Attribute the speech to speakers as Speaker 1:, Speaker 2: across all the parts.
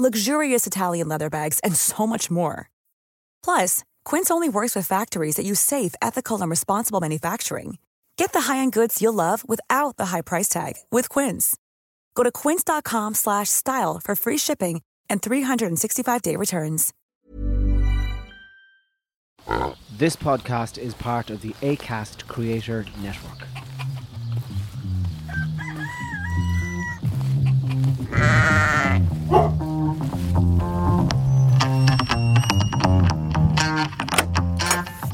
Speaker 1: luxurious Italian leather bags, and so much more. Plus, Quince only works with factories that use safe, ethical, and responsible manufacturing. Get the high-end goods you'll love without the high price tag with Quince. Go to quince.com/style slash style for free shipping and 365-day returns.
Speaker 2: This podcast is part of the ACAST Creator Network.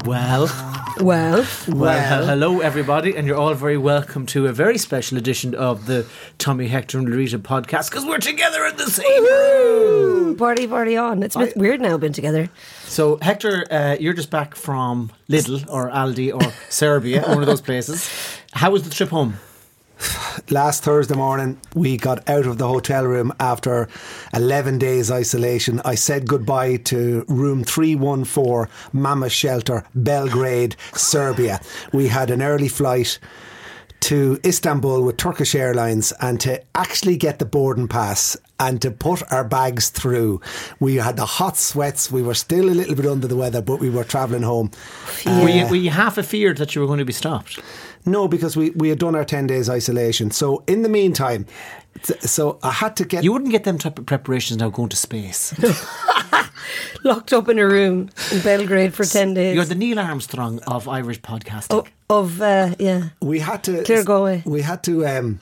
Speaker 3: Well,
Speaker 4: Well,
Speaker 3: well, hello everybody, and you're all very welcome to a very special edition of the Tommy Hector and Loretta podcast because we're together in the same room.
Speaker 4: party, party on. It's a bit weird now being together.
Speaker 3: So Hector, uh, you're just back from Lidl or Aldi or Serbia, one of those places. How was the trip home?
Speaker 5: Last Thursday morning, we got out of the hotel room after 11 days isolation. I said goodbye to room 314, Mama Shelter, Belgrade, Serbia. We had an early flight to Istanbul with Turkish Airlines and to actually get the boarding pass and to put our bags through. We had the hot sweats. We were still a little bit under the weather, but we were travelling home.
Speaker 3: Were, you, were you half afeared that you were going to be stopped?
Speaker 5: No, because we, we had done our 10 days isolation. So in the meantime, t- so I had to get.
Speaker 3: You wouldn't get them type of preparations now going to space.
Speaker 4: Locked up in a room in Belgrade for 10 days.
Speaker 3: You're the Neil Armstrong of Irish podcasting.
Speaker 4: O- of, uh, yeah.
Speaker 5: we had to.
Speaker 4: Clear Galway.
Speaker 5: We had to. Um,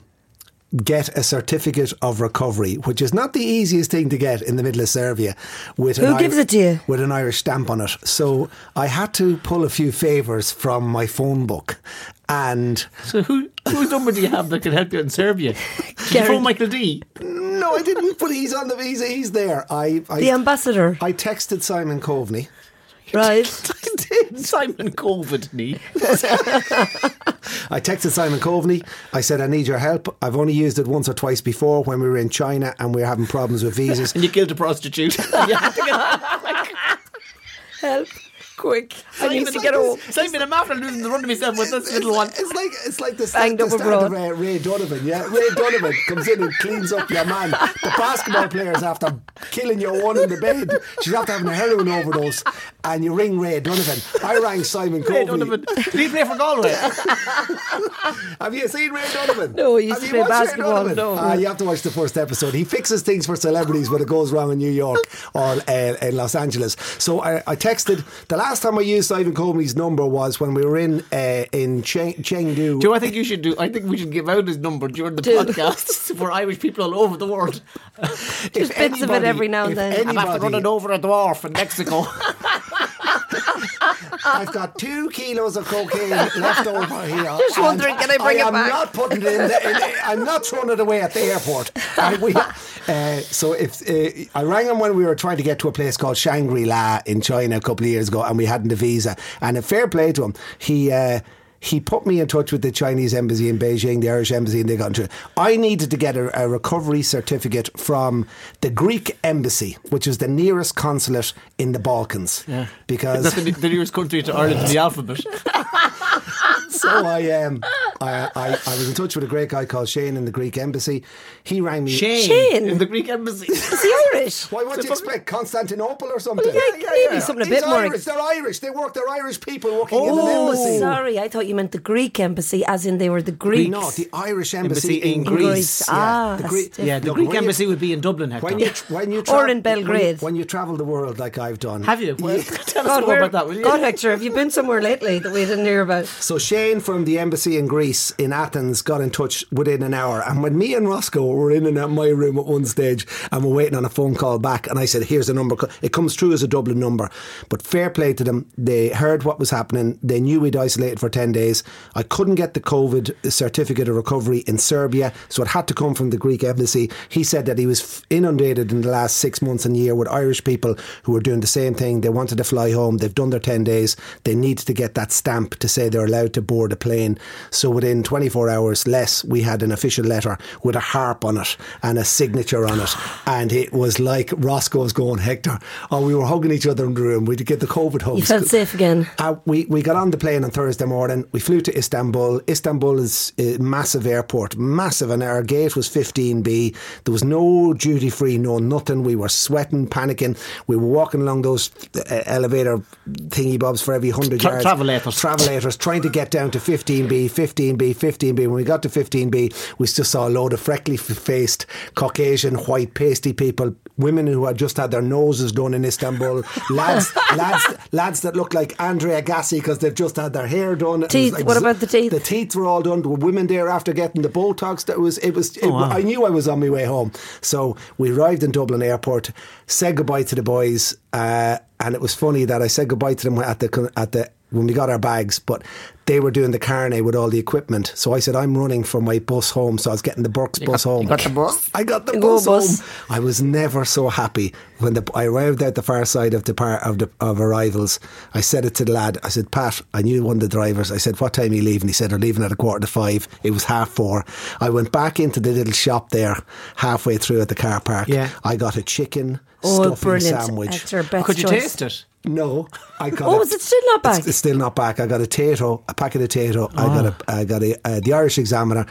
Speaker 5: Get a certificate of recovery, which is not the easiest thing to get in the middle of Serbia. With
Speaker 4: Who
Speaker 5: an
Speaker 4: gives it to you?
Speaker 5: With an Irish stamp on it. So I had to pull a few favours from my phone book, and
Speaker 3: So who whose number do you have that can help you in Serbia? Did you phone
Speaker 4: Garrett.
Speaker 3: Michael D?
Speaker 5: no, I didn't. But he's on the visa. He's there. I I,
Speaker 4: The um ambassador,
Speaker 5: I texted Simon Coveney.
Speaker 4: right?
Speaker 3: I did. Simon Covid me.
Speaker 5: I texted Simon Coveney. I said, I need your help. I've only used it once or twice before when we were in China and we were having problems with visas.
Speaker 3: And you killed a prostitute. You had to get-
Speaker 4: Help, quick. I need
Speaker 3: Simon-
Speaker 4: to get home.
Speaker 3: Simon, I'm after losing the run of myself with this little one.
Speaker 5: It's like it's like the, sta-
Speaker 4: Banged
Speaker 5: the
Speaker 4: up
Speaker 5: stand
Speaker 4: abroad.
Speaker 5: of uh, Ray Donovan. Yeah, Ray Donovan comes in and cleans up your man. The basketball players after killing your one in the bed. She's after having a heroin overdose, and you ring Ray Donovan. I rang Simon Coveney.
Speaker 3: Hey, Donovan. Did he play for Galway?
Speaker 5: Have you seen Ray Donovan?
Speaker 4: No, he used
Speaker 5: Have
Speaker 4: to
Speaker 5: you
Speaker 4: play
Speaker 5: watched Ray
Speaker 4: basketball,
Speaker 5: Donovan?
Speaker 4: no.
Speaker 5: Ah, you have to watch the first episode. He fixes things for celebrities when it goes wrong in New York or uh, in Los Angeles. So I, I texted. The last time I used Ivan Comey's number was when we were in uh, in Cheng- Chengdu.
Speaker 3: Do you know what I think you should do? I think we should give out his number during the
Speaker 4: Do.
Speaker 3: podcast for Irish people all over the world.
Speaker 5: If
Speaker 4: bits of it
Speaker 5: anybody-
Speaker 4: every now and
Speaker 5: if
Speaker 4: then. I'm
Speaker 3: I'm after
Speaker 5: anybody-
Speaker 3: running over a dwarf in Mexico.
Speaker 5: I've got two kilos of cocaine left over here.
Speaker 4: Just
Speaker 5: and
Speaker 4: wondering, can I bring it
Speaker 5: am
Speaker 4: back?
Speaker 5: not putting it in. The, in- I'm not throwing it away at the airport. And we- uh, so if uh, I rang him when we were trying to get to a place called Shangri La in China a couple of years ago, and we hadn't a visa. And a fair play to him, he. Uh, he put me in touch with the Chinese embassy in Beijing, the Irish embassy, and they got into it. I needed to get a, a recovery certificate from the Greek embassy, which is the nearest consulate in the Balkans. Because
Speaker 3: That's the, the nearest country to Ireland in the alphabet.
Speaker 5: so I um I, I I was in touch with a great guy called Shane in the Greek embassy. He rang me.
Speaker 3: Shane.
Speaker 4: Shane.
Speaker 3: In the Greek embassy.
Speaker 4: Is he Irish?
Speaker 5: Why would you expect Constantinople or something?
Speaker 4: yeah, maybe something a
Speaker 5: He's
Speaker 4: bit more
Speaker 5: Irish.
Speaker 4: ex-
Speaker 5: They're Irish. They work. They're Irish people working in an
Speaker 4: Oh,
Speaker 5: embassy.
Speaker 4: sorry. I thought you meant the Greek embassy, as in they were the Greeks.
Speaker 5: No, the Irish embassy,
Speaker 3: Embassy in
Speaker 5: in
Speaker 3: Greece.
Speaker 5: Greece.
Speaker 4: Ah,
Speaker 5: the
Speaker 4: that's
Speaker 5: Greek,
Speaker 4: different.
Speaker 3: Yeah, the
Speaker 5: Look,
Speaker 3: Greek
Speaker 5: when you-
Speaker 3: embassy would be in Dublin, Hector.
Speaker 5: When you when you
Speaker 4: Or in
Speaker 5: when you-
Speaker 4: Belgrade.
Speaker 5: when you travel the world like I've done,
Speaker 3: Have you? Well, tell us
Speaker 4: God,
Speaker 3: more
Speaker 4: where,
Speaker 3: about that, will you?
Speaker 4: God, Hector, have you been somewhere lately that we didn't hear about?
Speaker 5: So Shane from the embassy in Greece police in Athens got in touch within an hour. And when me and Roscoe were in and out my room at one stage and we're waiting on a phone call back, and I said, Here's the number. It comes through as a Dublin number. But fair play to them. They heard what was happening. They knew we'd isolated for 10 days. I couldn't get the COVID certificate of recovery in Serbia, so it had to come from the Greek embassy. He said that he was inundated in the last six months and year with Irish people who were doing the same thing. They wanted to fly home. They've done their 10 days. They need to get that stamp to say they're allowed to board a plane. So within 24 hours less, we had an official letter with a harp on it and a signature on it. And it was like Roscoe's going, Hector. Oh, we were hugging each other in the room. We'd get the COVID hugs.
Speaker 4: You felt safe again.
Speaker 5: Uh, we, we got on the plane on Thursday morning. We flew to Istanbul. Istanbul is a massive airport, massive, and our gate was 15B. There was no duty free, no nothing. We were sweating, panicking. We were walking along those uh, elevator thingy bobs for every 100
Speaker 3: Tra-
Speaker 5: yards.
Speaker 3: travelators.
Speaker 5: Travelators, trying to get down to 15B, 15B, 15B. When we got to 15B, we still saw a load of freckly faced Caucasian, white, pasty people, women who had just had their noses done in Istanbul, lads, lads, lads that looked like Andrea Gassi because they've just had their hair done. It was
Speaker 4: Teeth, what about the teeth?
Speaker 5: The teeth were all done. There were women there after getting the Botox. That was
Speaker 4: Oh,
Speaker 5: it was. It, I knew I was on my way home. So we arrived in Dublin Airport, said goodbye to the boys, uh, and it was funny that I said goodbye to them at the at the when we got our bags, but they were doing the carne with all the equipment. So I said, I'm running for my bus home. So I was getting the Burke's bus home.
Speaker 3: got the bus?
Speaker 5: I got the
Speaker 4: Go
Speaker 5: bus,
Speaker 4: bus.
Speaker 5: home. I was never so happy when the, I arrived out the far side of the par, of the of arrivals. I said it to the lad. I said, Pat, I knew one of the drivers. I said, what time are you leaving? He said, I'm leaving at a quarter to five. It was half four. I went back into the little shop there, halfway through at the car park.
Speaker 3: Yeah.
Speaker 5: I got a chicken
Speaker 4: Oh,
Speaker 5: stuffing
Speaker 4: brilliant.
Speaker 5: sandwich.
Speaker 4: That's our best
Speaker 3: Could you
Speaker 4: choice.
Speaker 3: taste it?
Speaker 5: No, I got.
Speaker 4: Oh,
Speaker 5: a-
Speaker 4: is it still not
Speaker 5: It's-
Speaker 4: back?
Speaker 5: It's, still not back. I got a tato, a packet of tato. I got a,
Speaker 3: Ah.
Speaker 5: I got a, uh, the Irish Examiner.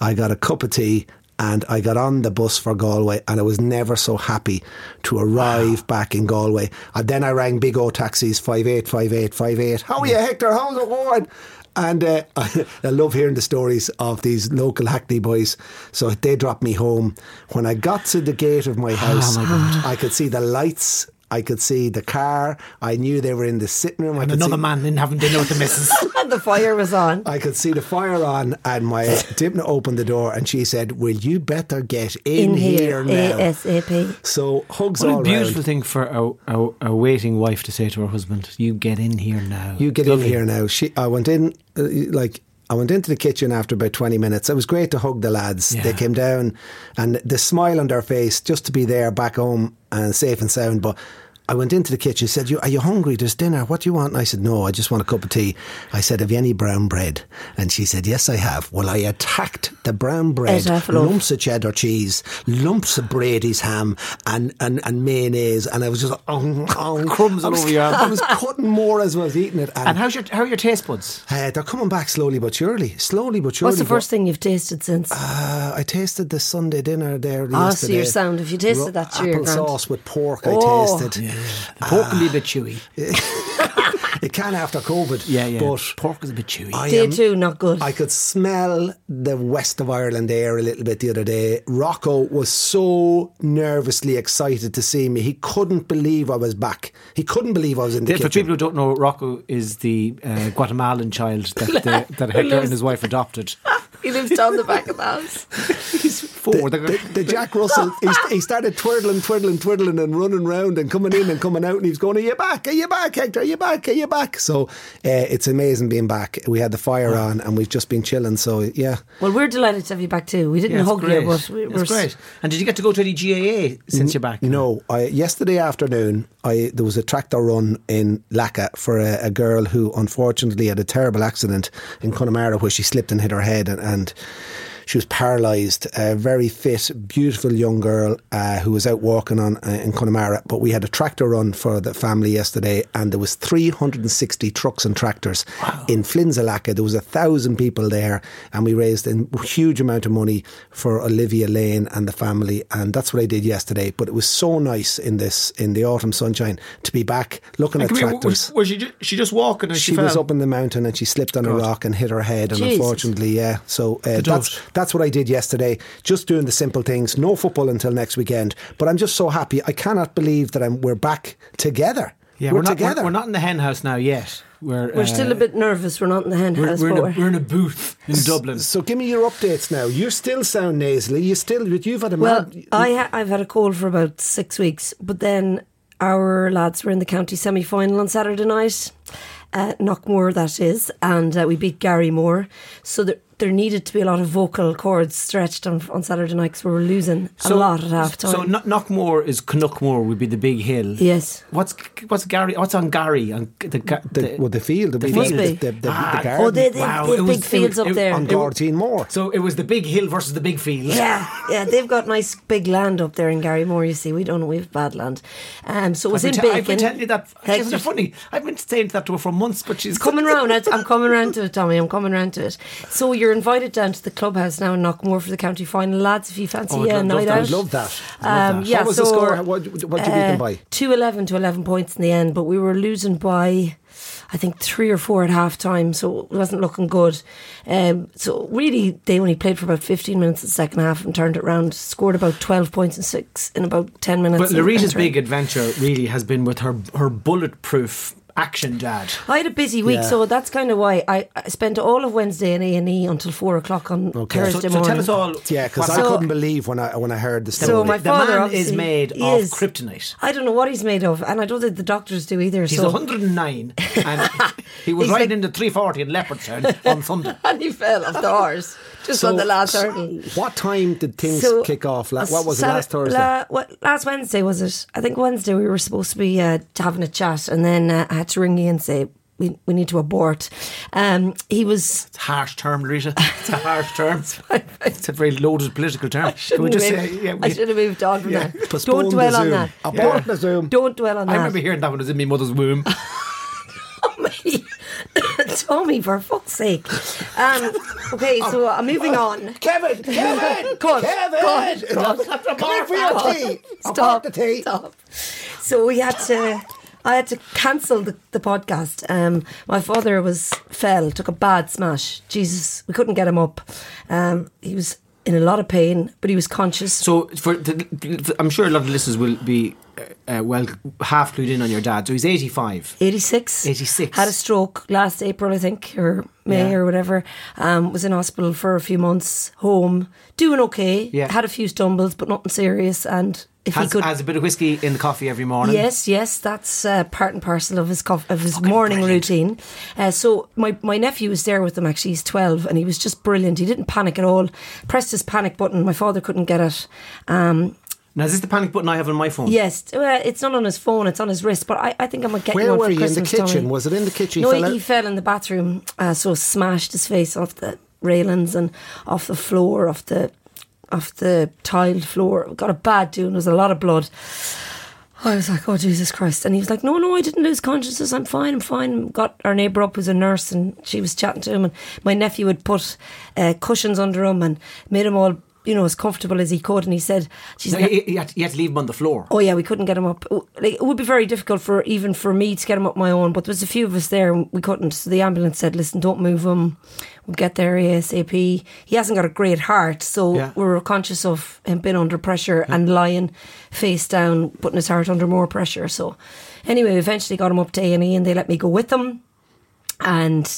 Speaker 5: I got a cup of tea, and I got on the bus for Galway. And I was never so happy to arrive back in Galway. And then I rang Big O Taxis five eight five eight five eight. How are you, Hector? How's it going? And uh, I, love hearing the stories of these local Hackney boys. So they dropped me home. When I got to the gate of
Speaker 3: Ah,
Speaker 5: my house, I could see the lights. I could see the car. I knew they were in the sitting room. I could
Speaker 3: Another
Speaker 5: see,
Speaker 3: man in having dinner with the missus.
Speaker 4: And the fire was on.
Speaker 5: I could see the fire on, and my Dipna opened the door, and she said, "Will you better get in, here, now?"
Speaker 4: ASAP.
Speaker 5: So hugs
Speaker 3: What
Speaker 5: all
Speaker 3: a
Speaker 5: round.
Speaker 3: beautiful thing for a, a, a waiting wife to say to her husband, You get in here now.
Speaker 5: You get in here now. She, I went in, uh, like, I went into the kitchen after about 20 minutes. It was great to hug the lads.
Speaker 3: Yeah.
Speaker 5: They came down and the smile on their face just to be there back home and safe and sound. But I went into the kitchen, said, you, Are you hungry? There's dinner. What do you want? And I said, No, I just want a cup of tea. I said, Have you any brown bread? And she said, Yes, I have. Well, I attacked the brown bread,
Speaker 4: Ate off it all.
Speaker 5: lumps of cheddar cheese, lumps of Brady's ham, and, and, and mayonnaise. And I was just, oh, oh.
Speaker 3: Crumbs
Speaker 5: I
Speaker 3: all
Speaker 5: was-
Speaker 3: over your hand.
Speaker 5: I was cutting more as I was eating it.
Speaker 3: And
Speaker 5: And,
Speaker 3: how's your, how are your taste buds?
Speaker 5: uh, they're coming back slowly but surely. Slowly but surely.
Speaker 4: What's the
Speaker 5: but-
Speaker 4: first thing you've tasted since?
Speaker 3: Ah,
Speaker 5: Uh, I tasted the Sunday dinner there
Speaker 4: Ah, so
Speaker 5: yesterday.
Speaker 4: you're sound. If you tasted that, you're
Speaker 5: apple
Speaker 4: grand.
Speaker 5: sauce with pork.
Speaker 4: Oh.
Speaker 5: I tasted.
Speaker 3: The pork can be a bit chewy.
Speaker 5: It can after COVID.
Speaker 3: Yeah, yeah.
Speaker 5: But
Speaker 3: pork is a bit chewy.
Speaker 5: I
Speaker 4: Day
Speaker 5: am-
Speaker 4: two, not good.
Speaker 5: I could smell the west of Ireland air a little bit the other day. Rocco was so nervously excited to see me. He couldn't believe I was back. He couldn't believe I was in the
Speaker 3: Yeah, for
Speaker 5: kitchen.
Speaker 3: people who don't know, Rocco is the uh, Guatemalan child that, the, that Hector and his wife adopted.
Speaker 4: he lives down the back of the house.
Speaker 3: He's four.
Speaker 5: the, the Jack Russell, he, st- he started twirling, twirling, twirling, and running round and coming in and coming out. And he was going, Are you back? Are you back, Hector? Are you back? Are you back? So uh, it's amazing being back. We had the fire on and we've just been chilling. So, yeah.
Speaker 4: Well, we're delighted to have you back too. We didn't
Speaker 3: it's
Speaker 4: hug
Speaker 3: great.
Speaker 4: you, but we, we're
Speaker 3: It's great. And did you get to go to any GAA since you're back?
Speaker 5: No, I, yesterday afternoon, I there was a tractor run in Lacca for a, a girl who unfortunately had a terrible accident in Connemara where she slipped and hit her head and. and she was paralysed. A very fit, beautiful young girl uh, who was out walking on uh, in Connemara. But we had a tractor run for the family yesterday, and there was 360 trucks and tractors in Flinsalaka. There was a thousand people there, and we raised a huge amount of money for Olivia Lane and the family. And that's what I did yesterday. But it was so nice in this in the autumn sunshine to be back looking at
Speaker 3: Come here, w-
Speaker 5: tractors
Speaker 3: was, was she, just, she just walking and she,
Speaker 5: she was
Speaker 3: fell?
Speaker 5: up in the mountain and she slipped on a rock and hit her head, and
Speaker 4: Jesus.
Speaker 5: unfortunately, yeah. So uh, that's
Speaker 3: dogs.
Speaker 5: that's what I did yesterday. Just doing the simple things. No football until next weekend, but I'm just so happy. I cannot believe that I'm we're back together.
Speaker 3: Yeah, we're, not,
Speaker 5: together.
Speaker 3: We're, we're not in the hen house now yet. We're,
Speaker 4: We're
Speaker 3: uh,
Speaker 4: still a bit nervous. We're not in the hen
Speaker 3: We're,
Speaker 4: house,
Speaker 3: we're, in
Speaker 4: but
Speaker 3: a,
Speaker 4: we're-
Speaker 3: we're in a booth in Dublin.
Speaker 5: So give me your updates now. You still sound nasally. You still, but you've had a
Speaker 4: well,
Speaker 5: mad.
Speaker 4: I ha- I've had a cold for about six weeks, but then our lads were in the county semi final on Saturday night, uh, Knockmore that is, and uh, we beat Gary Moore. So there, there needed to be a lot of vocal cords stretched on, on Saturday night because we were losing a lot at half time.
Speaker 3: So Kno- Knockmore is Knockmore would be the big hill.
Speaker 4: yes.
Speaker 3: What's what's Gary? What's on Gary? On the, ga-
Speaker 5: the, well, the field, the,
Speaker 3: the
Speaker 5: field,
Speaker 4: field.
Speaker 5: the, the, the,
Speaker 3: Ah,
Speaker 5: the garden.
Speaker 4: Oh, they, they,
Speaker 3: Wow,
Speaker 4: they
Speaker 3: it
Speaker 4: have
Speaker 3: was-
Speaker 4: big
Speaker 3: it
Speaker 4: fields
Speaker 3: was-
Speaker 4: up
Speaker 3: it-
Speaker 4: there.
Speaker 5: on Gortine Moor.
Speaker 3: so it was the big hill versus the big field.
Speaker 4: Yeah, yeah, they've got nice big land up there in Garrymore. You see, we don't. We have bad land. Um, so it was
Speaker 3: I've
Speaker 4: in
Speaker 3: been, te-
Speaker 4: Bacon.
Speaker 3: I've been telling you that.
Speaker 4: Hector-
Speaker 3: Isn't it funny? I've been saying that to her for months, but she's
Speaker 4: It's coming round. It's- I'm coming round to it, Tommy. I'm coming round to it. So you're invited down to the clubhouse now in Knockmore for the county final, lads. If you fancy
Speaker 3: Oh, I'd
Speaker 4: yeah, a
Speaker 3: love- love
Speaker 4: night
Speaker 3: that.
Speaker 4: out.
Speaker 5: I'd love that.
Speaker 4: Um, yeah,
Speaker 5: what was
Speaker 4: so uh,
Speaker 5: the score? What, what did you beat them by?
Speaker 4: Two eleven to eleven points in the end, but we were losing by, I think three or four at half time, so it wasn't looking good. Um, so really, they only played for about fifteen minutes in the second half and turned it round. Scored about twelve points in six in about ten minutes.
Speaker 3: But
Speaker 4: and-
Speaker 3: Larita's
Speaker 4: and turned-
Speaker 3: big adventure really has been with her her bulletproof action dad.
Speaker 4: I had a busy week,
Speaker 5: Yeah.
Speaker 4: so that's kind of why I, I spent all of Wednesday in A and E until four o'clock on
Speaker 5: Okay.
Speaker 4: Thursday
Speaker 3: So, so
Speaker 4: morning.
Speaker 3: tell us all.
Speaker 5: Yeah, because I
Speaker 4: So-
Speaker 5: couldn't believe when I when I heard the story.
Speaker 4: So Oh, my
Speaker 3: the
Speaker 4: father
Speaker 3: man is
Speaker 4: obviously
Speaker 3: made
Speaker 4: is-
Speaker 3: of kryptonite.
Speaker 4: I don't know what he's made of, and I don't think the doctors do either.
Speaker 3: He's
Speaker 4: so
Speaker 3: 109, and he was
Speaker 4: He's
Speaker 3: riding
Speaker 4: like-
Speaker 3: into 340 in Leopardstown on Sunday.
Speaker 4: and he fell off the horse just on the last
Speaker 5: so
Speaker 4: hurdle.
Speaker 5: What time did things
Speaker 4: So-
Speaker 5: kick off? La- what was it
Speaker 4: Sat-
Speaker 5: last Thursday?
Speaker 4: la- what, last Wednesday was it? I think Wednesday we were supposed to be uh, having a chat, and then uh, I had to ring you and say we, we need to abort. Um, he was
Speaker 3: It's a harsh term, Larita. It's a harsh term. it's a very loaded political term. Can we
Speaker 4: shouldn't
Speaker 3: just
Speaker 4: have
Speaker 3: say?
Speaker 4: moved-
Speaker 3: yeah, we-
Speaker 4: I should have moved on from that.
Speaker 5: Postpone
Speaker 4: Don't dwell
Speaker 5: the
Speaker 4: on
Speaker 5: Zoom.
Speaker 4: that.
Speaker 5: Abort the Zoom.
Speaker 4: Don't dwell on
Speaker 3: I
Speaker 4: that.
Speaker 3: remember hearing that when I was in my mother's womb.
Speaker 4: Tommy, Tommy, for fuck's sake. Um, okay, so I'm moving
Speaker 3: Oh.
Speaker 4: on.
Speaker 5: Kevin, Kevin,
Speaker 4: Cut,
Speaker 5: Kevin, come here for your tea.
Speaker 4: Stop.
Speaker 5: Stop the tea.
Speaker 4: Stop. So we had to. I had to cancel the, the podcast. Um, my father was fell, took a bad smash. Jesus, we couldn't get him up. Um, he was in a lot of pain, but he was conscious.
Speaker 3: So, for the, I'm sure a lot of listeners will be uh, well half clued in on your dad. So he's 85.
Speaker 4: 86.
Speaker 3: 86.
Speaker 4: Had a stroke last April, I think, or May
Speaker 3: Yeah.
Speaker 4: or whatever. Um, was in hospital for a few months, home, doing okay.
Speaker 3: Yeah.
Speaker 4: Had a few stumbles, but nothing serious. And if he
Speaker 3: Has,
Speaker 4: could.
Speaker 3: has a bit of whiskey in the coffee every morning.
Speaker 4: Yes, yes, that's uh, part and parcel of his cof- of his morning routine. Uh, so my my nephew was there with him. Actually, he's twelve, and he was just brilliant. He didn't panic at all. Pressed his panic button. My father couldn't get it. Um,
Speaker 3: Now, is this the panic button I have on my phone?
Speaker 4: yes, well, it's not on his phone. It's on his wrist. But I, I think I'm gonna get you
Speaker 5: Where
Speaker 4: one
Speaker 5: were
Speaker 4: for
Speaker 5: you in the
Speaker 4: Christmas,
Speaker 5: kitchen?
Speaker 4: Tommy.
Speaker 5: Was it in the kitchen?
Speaker 4: No,
Speaker 5: You fell
Speaker 4: he, he
Speaker 5: out?
Speaker 4: fell in the bathroom, uh, so smashed his face off the railings and off the floor, off the off the tiled floor. Got a bad tune. There was a lot of blood. I was like, oh Jesus Christ! And he was like, no, no, I didn't lose consciousness. I'm fine. I'm fine. Got our neighbour up, who's a nurse, and she was chatting to him. And my nephew had put uh, cushions under him and made him all, you know, as comfortable as he could. And he said, she's
Speaker 3: No,
Speaker 4: like,
Speaker 3: you, you had, you had to leave him on the floor.
Speaker 4: Oh yeah, we couldn't get him up. Like, it would be very difficult for even for me to get him up my own. But there was a few of us there, and we couldn't. So the ambulance said, "Listen, don't move him. We'll get there asap." He hasn't got a great heart, so
Speaker 3: Yeah.
Speaker 4: we were conscious of him being under pressure and lying face down, putting his heart under more pressure. So anyway, we eventually got him up to A and E, and they let me go with them, and.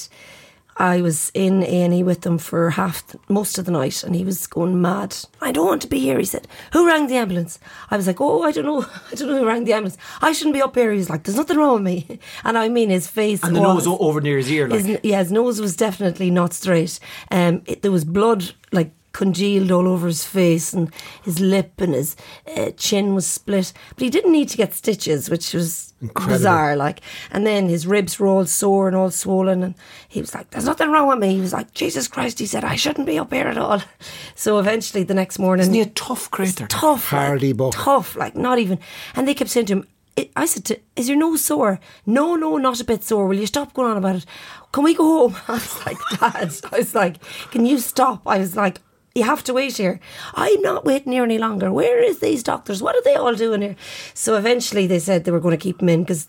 Speaker 4: I was in A&E with them for half the, most of the night and he was going mad. I don't want to be here, he said. Who rang the ambulance? I was like, oh, I don't know. I don't know who rang the ambulance. I shouldn't be up here. He was like, there's nothing wrong with me. And I mean, his face
Speaker 3: And the
Speaker 4: was,
Speaker 3: nose o- over near his ear. Like,
Speaker 4: his, yeah, his nose was definitely not straight. Um, it, there was blood like congealed all over his face and his lip and his uh, chin was split. But he didn't need to get stitches, which was bizarre. Like, and then his ribs were all sore and all swollen. And he was like, "There's nothing wrong with me." He was like, "Jesus Christ!" He said, "I shouldn't be up here at all." So eventually, the next morning,
Speaker 3: isn't he a tough creator?
Speaker 4: tough,
Speaker 5: Hardy
Speaker 4: like,
Speaker 5: buck.
Speaker 4: tough, like not even. And they kept saying to him, I- "I said, to, is your nose sore? No, no, not a bit sore. Will you stop going on about it? Can we go home?" I was like, "Dad," I was like, "Can you stop?" I was like. You have to wait here. I'm not waiting here any longer. Where is these doctors? What are they all doing here? So eventually they said they were going to keep him in because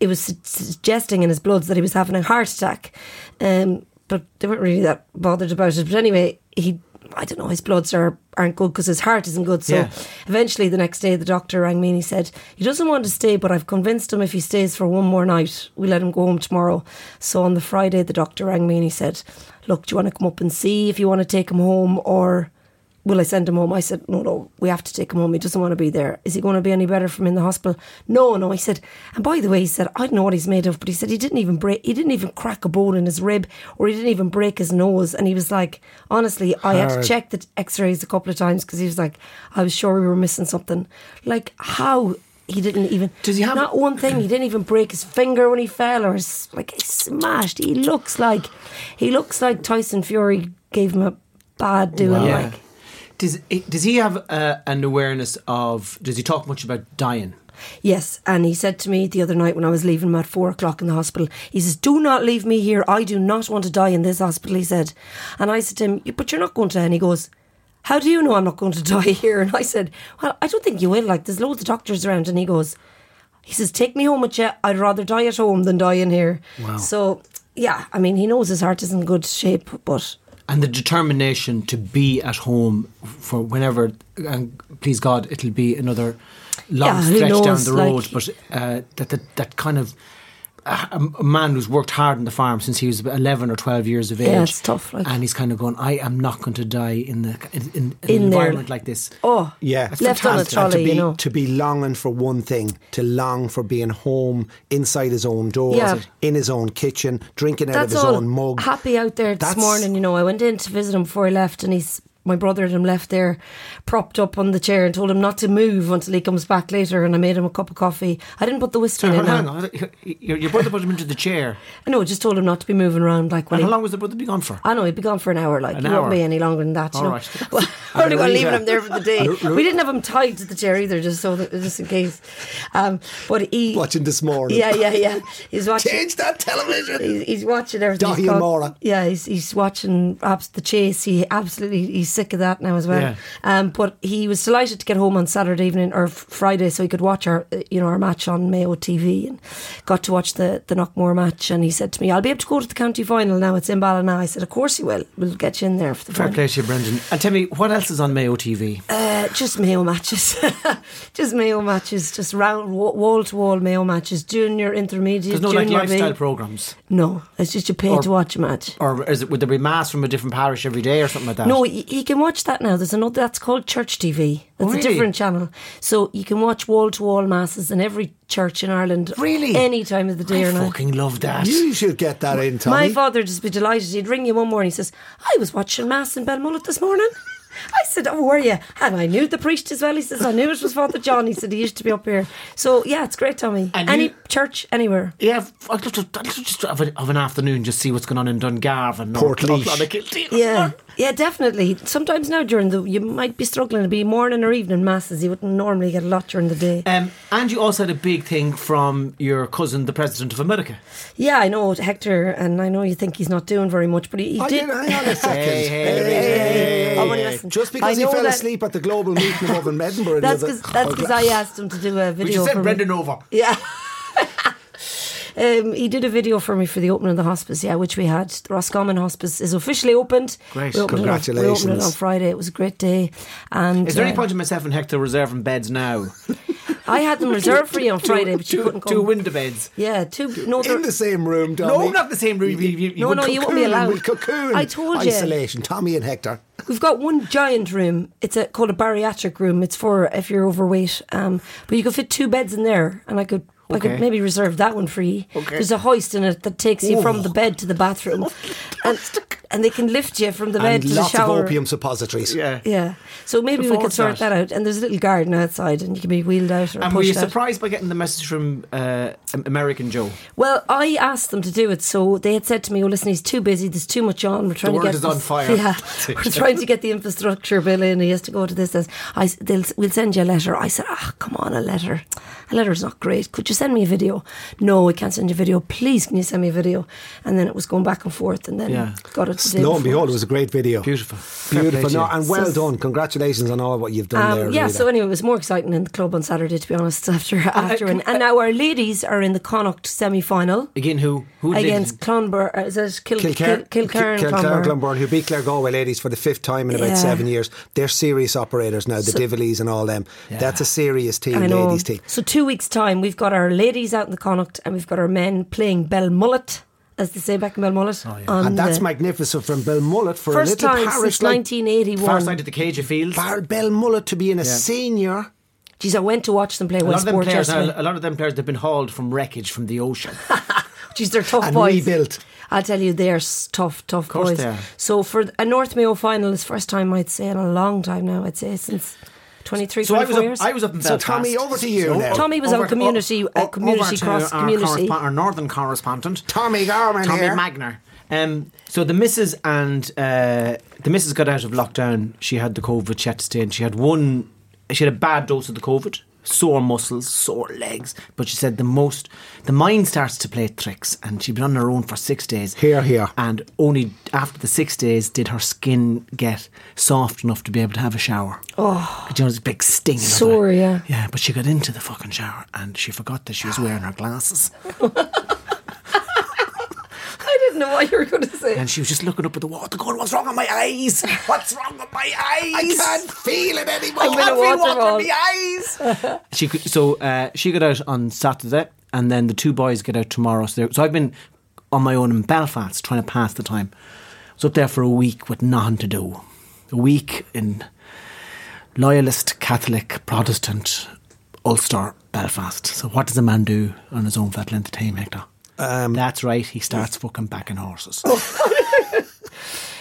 Speaker 4: it was su- suggesting in his bloods that he was having a heart attack. Um, but they weren't really that bothered about it. But anyway, he I don't know, his bloods are, aren't good because his heart isn't good. So
Speaker 3: Yeah.
Speaker 4: eventually the next day, the doctor rang me and he said, he doesn't want to stay, but I've convinced him if he stays for one more night, we let him go home tomorrow. So on the Friday, the doctor rang me and he said, look, do you want to come up and see if you want to take him home or will I send him home? I said, no, no, we have to take him home. He doesn't want to be there. Is he going to be any better from in the hospital? No, no. He said, and by the way, he said, I don't know what he's made of, but he said he didn't even break, he didn't even crack a bone in his rib or he didn't even break his nose. And he was like, honestly, I had to
Speaker 5: Hard.
Speaker 4: check the x-rays a couple of times because he was like, I was sure we were missing something. Like how he didn't even,
Speaker 3: Does he have-
Speaker 4: not one thing. He didn't even break his finger when he fell, or his, like he smashed. He looks like he looks like Tyson Fury gave him a bad doing.
Speaker 3: Yeah.
Speaker 4: Like
Speaker 3: Does he- does he have uh, an awareness of? Does he talk much about dying?
Speaker 4: yes, and he said to me the other night when I was leaving him at four o'clock in the hospital, he says, "Do not leave me here. I do not want to die in this hospital." He said, and I said to him, "You- "But you're not going to." die." And he goes. How do you know I'm not going to die here? And I said, Well, I don't think you will. Like, there's loads of doctors around. And he goes, He says, "Take me home with you. I'd rather die at home than die in here." So, yeah, I mean, he knows his heart is in good shape, but
Speaker 3: And the determination to be at home for whenever, and please God, it'll be another long
Speaker 4: Yeah, who
Speaker 3: stretch
Speaker 4: knows,
Speaker 3: down the
Speaker 4: like-
Speaker 3: road. but uh, that, that that kind of uh, a, a man who's worked hard on the farm since he was about eleven or twelve years of age.
Speaker 4: Yeah, it's tough, like-
Speaker 3: and he's kind of going, I am not going to die in the in, in, an
Speaker 4: In there.
Speaker 3: environment like this.
Speaker 4: oh,
Speaker 5: Yeah,
Speaker 4: left on a
Speaker 5: fantastic. And
Speaker 4: trolley,
Speaker 5: To be,
Speaker 4: you know.
Speaker 5: to be longing for one thing, to long for being home inside his own doors,
Speaker 4: Yeah.
Speaker 5: in his own kitchen, drinking out of
Speaker 4: That's
Speaker 5: his
Speaker 4: all
Speaker 5: own mug.
Speaker 4: happy out there this
Speaker 5: That's-
Speaker 4: morning. You know, I went in to visit him before he left, and he's my brother and him left there, propped up on the chair, and told him not to move until he comes back later. And I made him a cup of coffee. I didn't put the whiskey
Speaker 3: Sorry,
Speaker 4: in.
Speaker 3: hold on,
Speaker 4: now.
Speaker 3: hold on. Your, your brother put him into the chair.
Speaker 4: I know, just told him not to be moving around like when
Speaker 3: And how
Speaker 4: he
Speaker 3: long was the brother be gone for?
Speaker 4: I know he'd be gone for an hour. Like
Speaker 3: An
Speaker 4: he won't be
Speaker 3: hour.
Speaker 4: any longer than that. You
Speaker 3: All
Speaker 4: know,
Speaker 3: right.
Speaker 4: Well, we're only going to leave
Speaker 5: Lorita.
Speaker 4: him there for the day.
Speaker 5: Lor-
Speaker 4: We didn't have him tied to the chair either, just so that, just in case. Um, but he
Speaker 5: Watching This Morning.
Speaker 4: Yeah, yeah, yeah. He's watching.
Speaker 5: Change that television.
Speaker 4: He's, he's watching everything.
Speaker 5: Dahi
Speaker 4: He's
Speaker 5: and
Speaker 4: got-
Speaker 5: Maura.
Speaker 4: Yeah, he's, he's watching abs- the chase. He absolutely he's sick of that now as well.
Speaker 3: Yeah.
Speaker 4: Um, but he was delighted to get home on Saturday evening or f- Friday, so he could watch our uh, you know our match on Mayo TV and got to watch the the Knockmore match. And he said to me, "I'll be able to go to the county final now. It's in Ballina." I said, "Of course you will. We'll get you in there for the
Speaker 3: Fair
Speaker 4: final."
Speaker 3: play to you, Brendan. And tell me, what else is on Mayo TV?
Speaker 4: Uh, just Mayo matches, just Mayo matches, just round wall to wall Mayo matches. Junior, intermediate,
Speaker 3: There's no like
Speaker 4: junior B.
Speaker 3: lifestyle programs.
Speaker 4: No, it's just you pay
Speaker 3: Or-
Speaker 4: to watch a match.
Speaker 3: Or is it, would there be mass from a different parish every day or something like that?
Speaker 4: No, y- you can watch that now. There's another that's called Church TV. That's
Speaker 3: really?
Speaker 4: a different channel. So you can watch wall to wall masses in every church in Ireland.
Speaker 3: Really?
Speaker 4: Any time of the day
Speaker 3: I
Speaker 4: or night.
Speaker 3: fucking love that.
Speaker 5: You should get that in, Tommy.
Speaker 4: My father'd just be delighted. He'd ring you one morning. He says, "I was watching mass in Belmullet this morning." I said, "Oh, were you?" And I knew the priest as well. He says, "I knew it was Father John." He said, "He used to be up here." So yeah, it's great, Tommy.
Speaker 3: And
Speaker 4: Any
Speaker 3: you-
Speaker 4: church, anywhere.
Speaker 3: Yeah, I'd love to, I'd love to just have, a, have an afternoon, just see what's going on in Dungarvan. or-
Speaker 5: Portlaoise.
Speaker 3: or- or the Kil-
Speaker 4: Yeah, yeah, definitely. Sometimes now during the you might be struggling to be morning or evening masses. You wouldn't normally get a lot during the day.
Speaker 3: Um, and you also had a big thing from your cousin, the President of America.
Speaker 4: Yeah, I know Hector, and I know you think he's not doing very much, but he, he
Speaker 5: I
Speaker 4: did.
Speaker 5: didn't hang on a second.
Speaker 3: Hey, hey, hey,
Speaker 4: hey, I wouldn't hey. listen.
Speaker 5: Just
Speaker 4: I
Speaker 5: because he
Speaker 4: know
Speaker 5: fell
Speaker 4: that-
Speaker 5: asleep at the global meeting of in Edinburgh. the
Speaker 4: That's
Speaker 5: other- Oh,
Speaker 4: because that's because I asked him to do a video.
Speaker 3: Which you
Speaker 4: for
Speaker 3: said
Speaker 4: me.
Speaker 3: Brendan over.
Speaker 4: Yeah. Um, he did a video for me for the opening of the hospice, yeah, which we had. The Roscommon Hospice is officially opened.
Speaker 3: Great.
Speaker 4: We opened it on- we opened it on
Speaker 5: Congratulations.
Speaker 4: Friday. It was a great day. And
Speaker 3: Is there any
Speaker 4: uh,
Speaker 3: point in myself and Hector reserving beds now?
Speaker 4: I had them reserved for you on Friday, but you
Speaker 3: two,
Speaker 4: couldn't come.
Speaker 3: two window beds.
Speaker 4: yeah, two. No,
Speaker 5: in
Speaker 4: they're-
Speaker 5: the same room, Tommy.
Speaker 3: No, not the same room. You, you, you
Speaker 4: No,
Speaker 3: wouldn't
Speaker 4: no,
Speaker 3: cook.
Speaker 4: you won't be
Speaker 5: Cocoon,
Speaker 4: allowed.
Speaker 5: we cocoon.
Speaker 4: I told you.
Speaker 5: Isolation. Tommy and Hector.
Speaker 4: We've got one giant room. It's a, called a bariatric room. It's for if you're overweight. Um, but you could fit two beds in there, and I could. I could
Speaker 3: Okay.
Speaker 4: maybe reserve that one for you. Okay. There's a hoist in it that takes you from the bed to the bathroom, and, and they can lift you from the bed
Speaker 5: And
Speaker 4: to the
Speaker 5: lots
Speaker 4: shower.
Speaker 5: of opium suppositories.
Speaker 3: Yeah.
Speaker 4: Yeah, so maybe we
Speaker 3: Afford
Speaker 4: could sort
Speaker 3: that.
Speaker 4: that out. And there's a little garden outside, and you can be wheeled out or
Speaker 3: And were you
Speaker 4: pushed out.
Speaker 3: surprised by getting the message from uh, American Joe?
Speaker 4: Well, I asked them to do it, so they had said to me, "Oh, listen, he's too busy. There's too much on. We're trying
Speaker 3: world
Speaker 4: to get
Speaker 3: is
Speaker 4: this-
Speaker 3: on fire."
Speaker 4: Yeah, we're trying to get the infrastructure bill in. He has to go to this. this. I, s- they'll, s- we'll send you a letter." I said, "Ah, come on, a letter. A letter's not great. Could you send me a video?" No, I can't send you a video. Please, can you send me a video? And then it was going back and forth, and then
Speaker 3: Yeah.
Speaker 4: got it the day
Speaker 5: Lo and
Speaker 4: before.
Speaker 5: behold, it was a great video.
Speaker 3: Beautiful.
Speaker 5: Beautiful.
Speaker 3: Fair play
Speaker 5: No,
Speaker 3: to you.
Speaker 5: and well done. Congratulations on all what you've done there.
Speaker 4: Um, yeah,
Speaker 5: Rita.
Speaker 4: so anyway, it was more exciting in the club on Saturday, to be honest, after after win. And now our ladies are in the Connacht semi final
Speaker 3: Again, who who did-
Speaker 4: against Clonbur. uh, Is it Kil-
Speaker 5: Kilcare-
Speaker 4: Kil- Kilcairn?
Speaker 5: Kil- Kilcairn,
Speaker 4: Clonbur.
Speaker 5: Clonburn, who beat Clare Galway ladies for the fifth time in
Speaker 4: Yeah.
Speaker 5: about seven years. They're serious operators now, the Divillies and all them. That's a serious team,
Speaker 4: I know.
Speaker 5: ladies team.
Speaker 4: So two weeks time, we've got our ladies out in the Connacht, and we've got our men playing Belmullet, as they say back in Belmullet.
Speaker 3: Oh,
Speaker 4: on
Speaker 5: And that's
Speaker 4: the
Speaker 5: magnificent from Belmullet for
Speaker 4: first
Speaker 5: a little
Speaker 4: time
Speaker 5: parish
Speaker 4: since
Speaker 5: like
Speaker 4: 1981.
Speaker 3: Far side of the cage of fields.
Speaker 5: Bar- Belmullet to be in a senior.
Speaker 4: Geez, I went to watch them play
Speaker 3: a lot of them
Speaker 4: Westport
Speaker 3: players.
Speaker 4: yesterday.
Speaker 3: A lot of them players. They've been hauled from wreckage from the ocean.
Speaker 4: Geez, they're tough
Speaker 5: And
Speaker 4: boys.
Speaker 5: rebuilt.
Speaker 4: I'll tell you, they're s- tough, tough
Speaker 3: course
Speaker 4: boys.
Speaker 3: they are.
Speaker 4: So for th- a North Mayo final is first time I'd say in a long time now. I'd say since 23,
Speaker 3: so I
Speaker 4: 24
Speaker 3: was up,
Speaker 4: years.
Speaker 3: I was up in
Speaker 5: So,
Speaker 3: Belfast.
Speaker 5: Tommy, over to you now.
Speaker 4: Tommy was on
Speaker 3: over to-
Speaker 4: community-
Speaker 3: o-
Speaker 4: uh,
Speaker 3: o-
Speaker 4: community
Speaker 3: over to
Speaker 4: cross-
Speaker 3: our
Speaker 4: community.
Speaker 3: correspo- our northern correspondent,
Speaker 5: Tommy Garman
Speaker 3: Tommy
Speaker 5: here.
Speaker 3: Magner. Um, so the missus and uh, the missus got out of lockdown. She had the COVID. She had to stay in. She had one. She had a bad dose of the COVID. Sore muscles, sore legs. But she said the most, the mind starts to play tricks, and she'd been on her own for six days.
Speaker 5: Hear, hear.
Speaker 3: And only after the six days did her skin get soft enough to be able to have a shower. Oh, you know, this big sting. in her
Speaker 4: Sore,
Speaker 3: back.
Speaker 4: yeah.
Speaker 3: Yeah, but she got into the fucking shower and she forgot that she was wearing her glasses.
Speaker 4: I didn't know what you were going to say.
Speaker 3: And she was just looking up at the water, going, What's wrong with my eyes? What's wrong with my eyes? I
Speaker 5: can't feel it anymore.
Speaker 4: I'm in a waterfall.
Speaker 3: my eyes. she could, so uh, she got out on Saturday, and then the two boys get out tomorrow. So, they're- so I've been on my own in Belfast trying to pass the time. I was up there for a week with nothing to do. A week in loyalist, Catholic, Protestant, Ulster, Belfast. So what does a man do on his own fat length of time, Hector?
Speaker 5: Um,
Speaker 3: That's right, he starts fucking backing horses.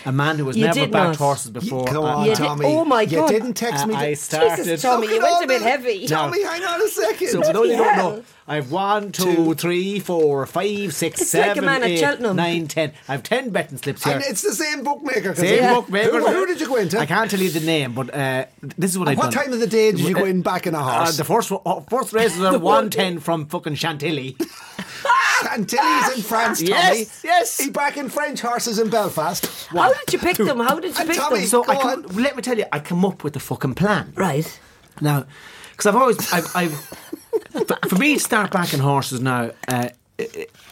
Speaker 3: a man who has
Speaker 4: You
Speaker 3: never
Speaker 4: did
Speaker 3: backed
Speaker 4: not.
Speaker 3: horses
Speaker 5: Oh. You-
Speaker 3: before.
Speaker 5: Come
Speaker 3: uh,
Speaker 5: on,
Speaker 4: You did-
Speaker 5: Tommy.
Speaker 4: oh my
Speaker 5: You
Speaker 4: God.
Speaker 5: didn't text me.
Speaker 3: Uh, I
Speaker 5: th-
Speaker 3: started.
Speaker 4: Jesus, Tommy, you
Speaker 5: Look at
Speaker 4: went
Speaker 5: all
Speaker 4: a bit
Speaker 5: them.
Speaker 4: heavy.
Speaker 5: Tommy, hang on a second.
Speaker 3: So for those who don't know,
Speaker 4: hell?
Speaker 3: I've one, two, three, four, five, six,
Speaker 4: It's like a
Speaker 3: seven,
Speaker 4: man at
Speaker 3: eight,
Speaker 4: Cheltenham.
Speaker 3: nine, ten. I have ten betting slips here.
Speaker 5: and it's the same bookmaker. 'cause
Speaker 3: Same
Speaker 5: it-
Speaker 3: bookmaker.
Speaker 5: Who, who did you go into?
Speaker 3: I can't tell you the name, but uh, this is what I.
Speaker 5: What time of the day did you go in back in a
Speaker 3: Uh,
Speaker 5: horse?
Speaker 3: the first one- oh, first race was at one ten from fucking Chantilly.
Speaker 5: Antilles Ah, in France, Tommy.
Speaker 3: Yes, yes.
Speaker 5: He back in French horses in Belfast.
Speaker 4: How did you pick them? How did you
Speaker 5: And
Speaker 4: pick
Speaker 5: Tommy-
Speaker 4: them?
Speaker 3: So I
Speaker 5: Go
Speaker 3: come, let me tell you, I come up with a fucking plan
Speaker 4: right.
Speaker 3: now, because I've always I've, I've for, for me to start backing horses now. Uh,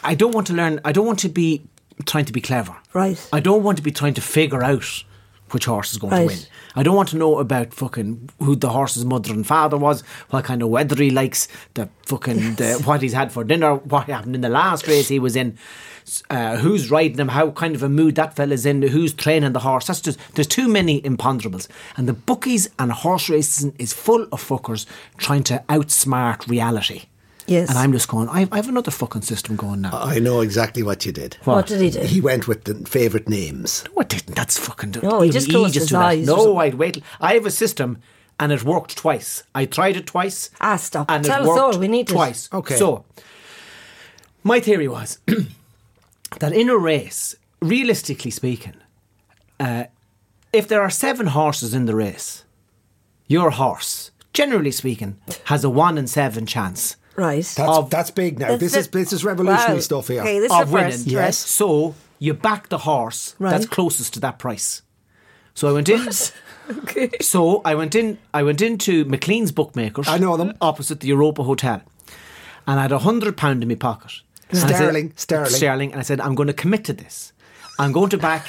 Speaker 3: I don't want to learn. I don't want to be trying to be clever.
Speaker 4: Right.
Speaker 3: I don't want to be trying to figure out which horse is going to
Speaker 4: Right.
Speaker 3: win. I don't want to know about fucking who the horse's mother and father was, what kind of weather he likes, the fucking the, what he's had for dinner, what happened in the last race he was in, s- uh, who's riding him, how kind of a mood that fella's in, who's training the horse. That's just there's too many imponderables, and the bookies and horse racing is full of fuckers trying to outsmart reality.
Speaker 4: Yes.
Speaker 3: and I'm just going. I, I have another fucking system going now.
Speaker 5: I know exactly what you did.
Speaker 4: What? did he do?
Speaker 5: He went with the favourite names.
Speaker 3: No, I didn't. That's fucking.
Speaker 4: No, he just closed his
Speaker 3: do that.
Speaker 4: eyes or
Speaker 3: No,
Speaker 4: something.
Speaker 3: I'd wait. I have a system, and it worked twice. I tried it twice.
Speaker 4: Ah, stop.
Speaker 3: And
Speaker 4: Tell
Speaker 3: it
Speaker 4: us
Speaker 3: worked
Speaker 4: all, we need it.
Speaker 3: twice.
Speaker 5: Okay.
Speaker 3: So, my theory was that in a race, realistically speaking, uh, if there are seven horses in the race, your horse, generally speaking, has a one in seven chance
Speaker 4: Right.
Speaker 5: That's,
Speaker 3: Of-
Speaker 5: that's big now.
Speaker 4: That's
Speaker 5: This
Speaker 4: the-
Speaker 5: is this is revolutionary
Speaker 4: Wow.
Speaker 5: stuff here.
Speaker 4: Okay, this is
Speaker 3: of
Speaker 4: the
Speaker 3: winning.
Speaker 4: first.
Speaker 5: Yes.
Speaker 4: right?
Speaker 3: So you back the horse that's
Speaker 4: Right.
Speaker 3: closest to that price. So I went in. So I went in. I went into McLean's bookmakers.
Speaker 5: I know them.
Speaker 3: opposite the Europa Hotel, and I had a hundred pound in my pocket. And I said-
Speaker 5: Sterling, sterling.
Speaker 3: sterling, and I said, I'm going to commit to this. I'm going to back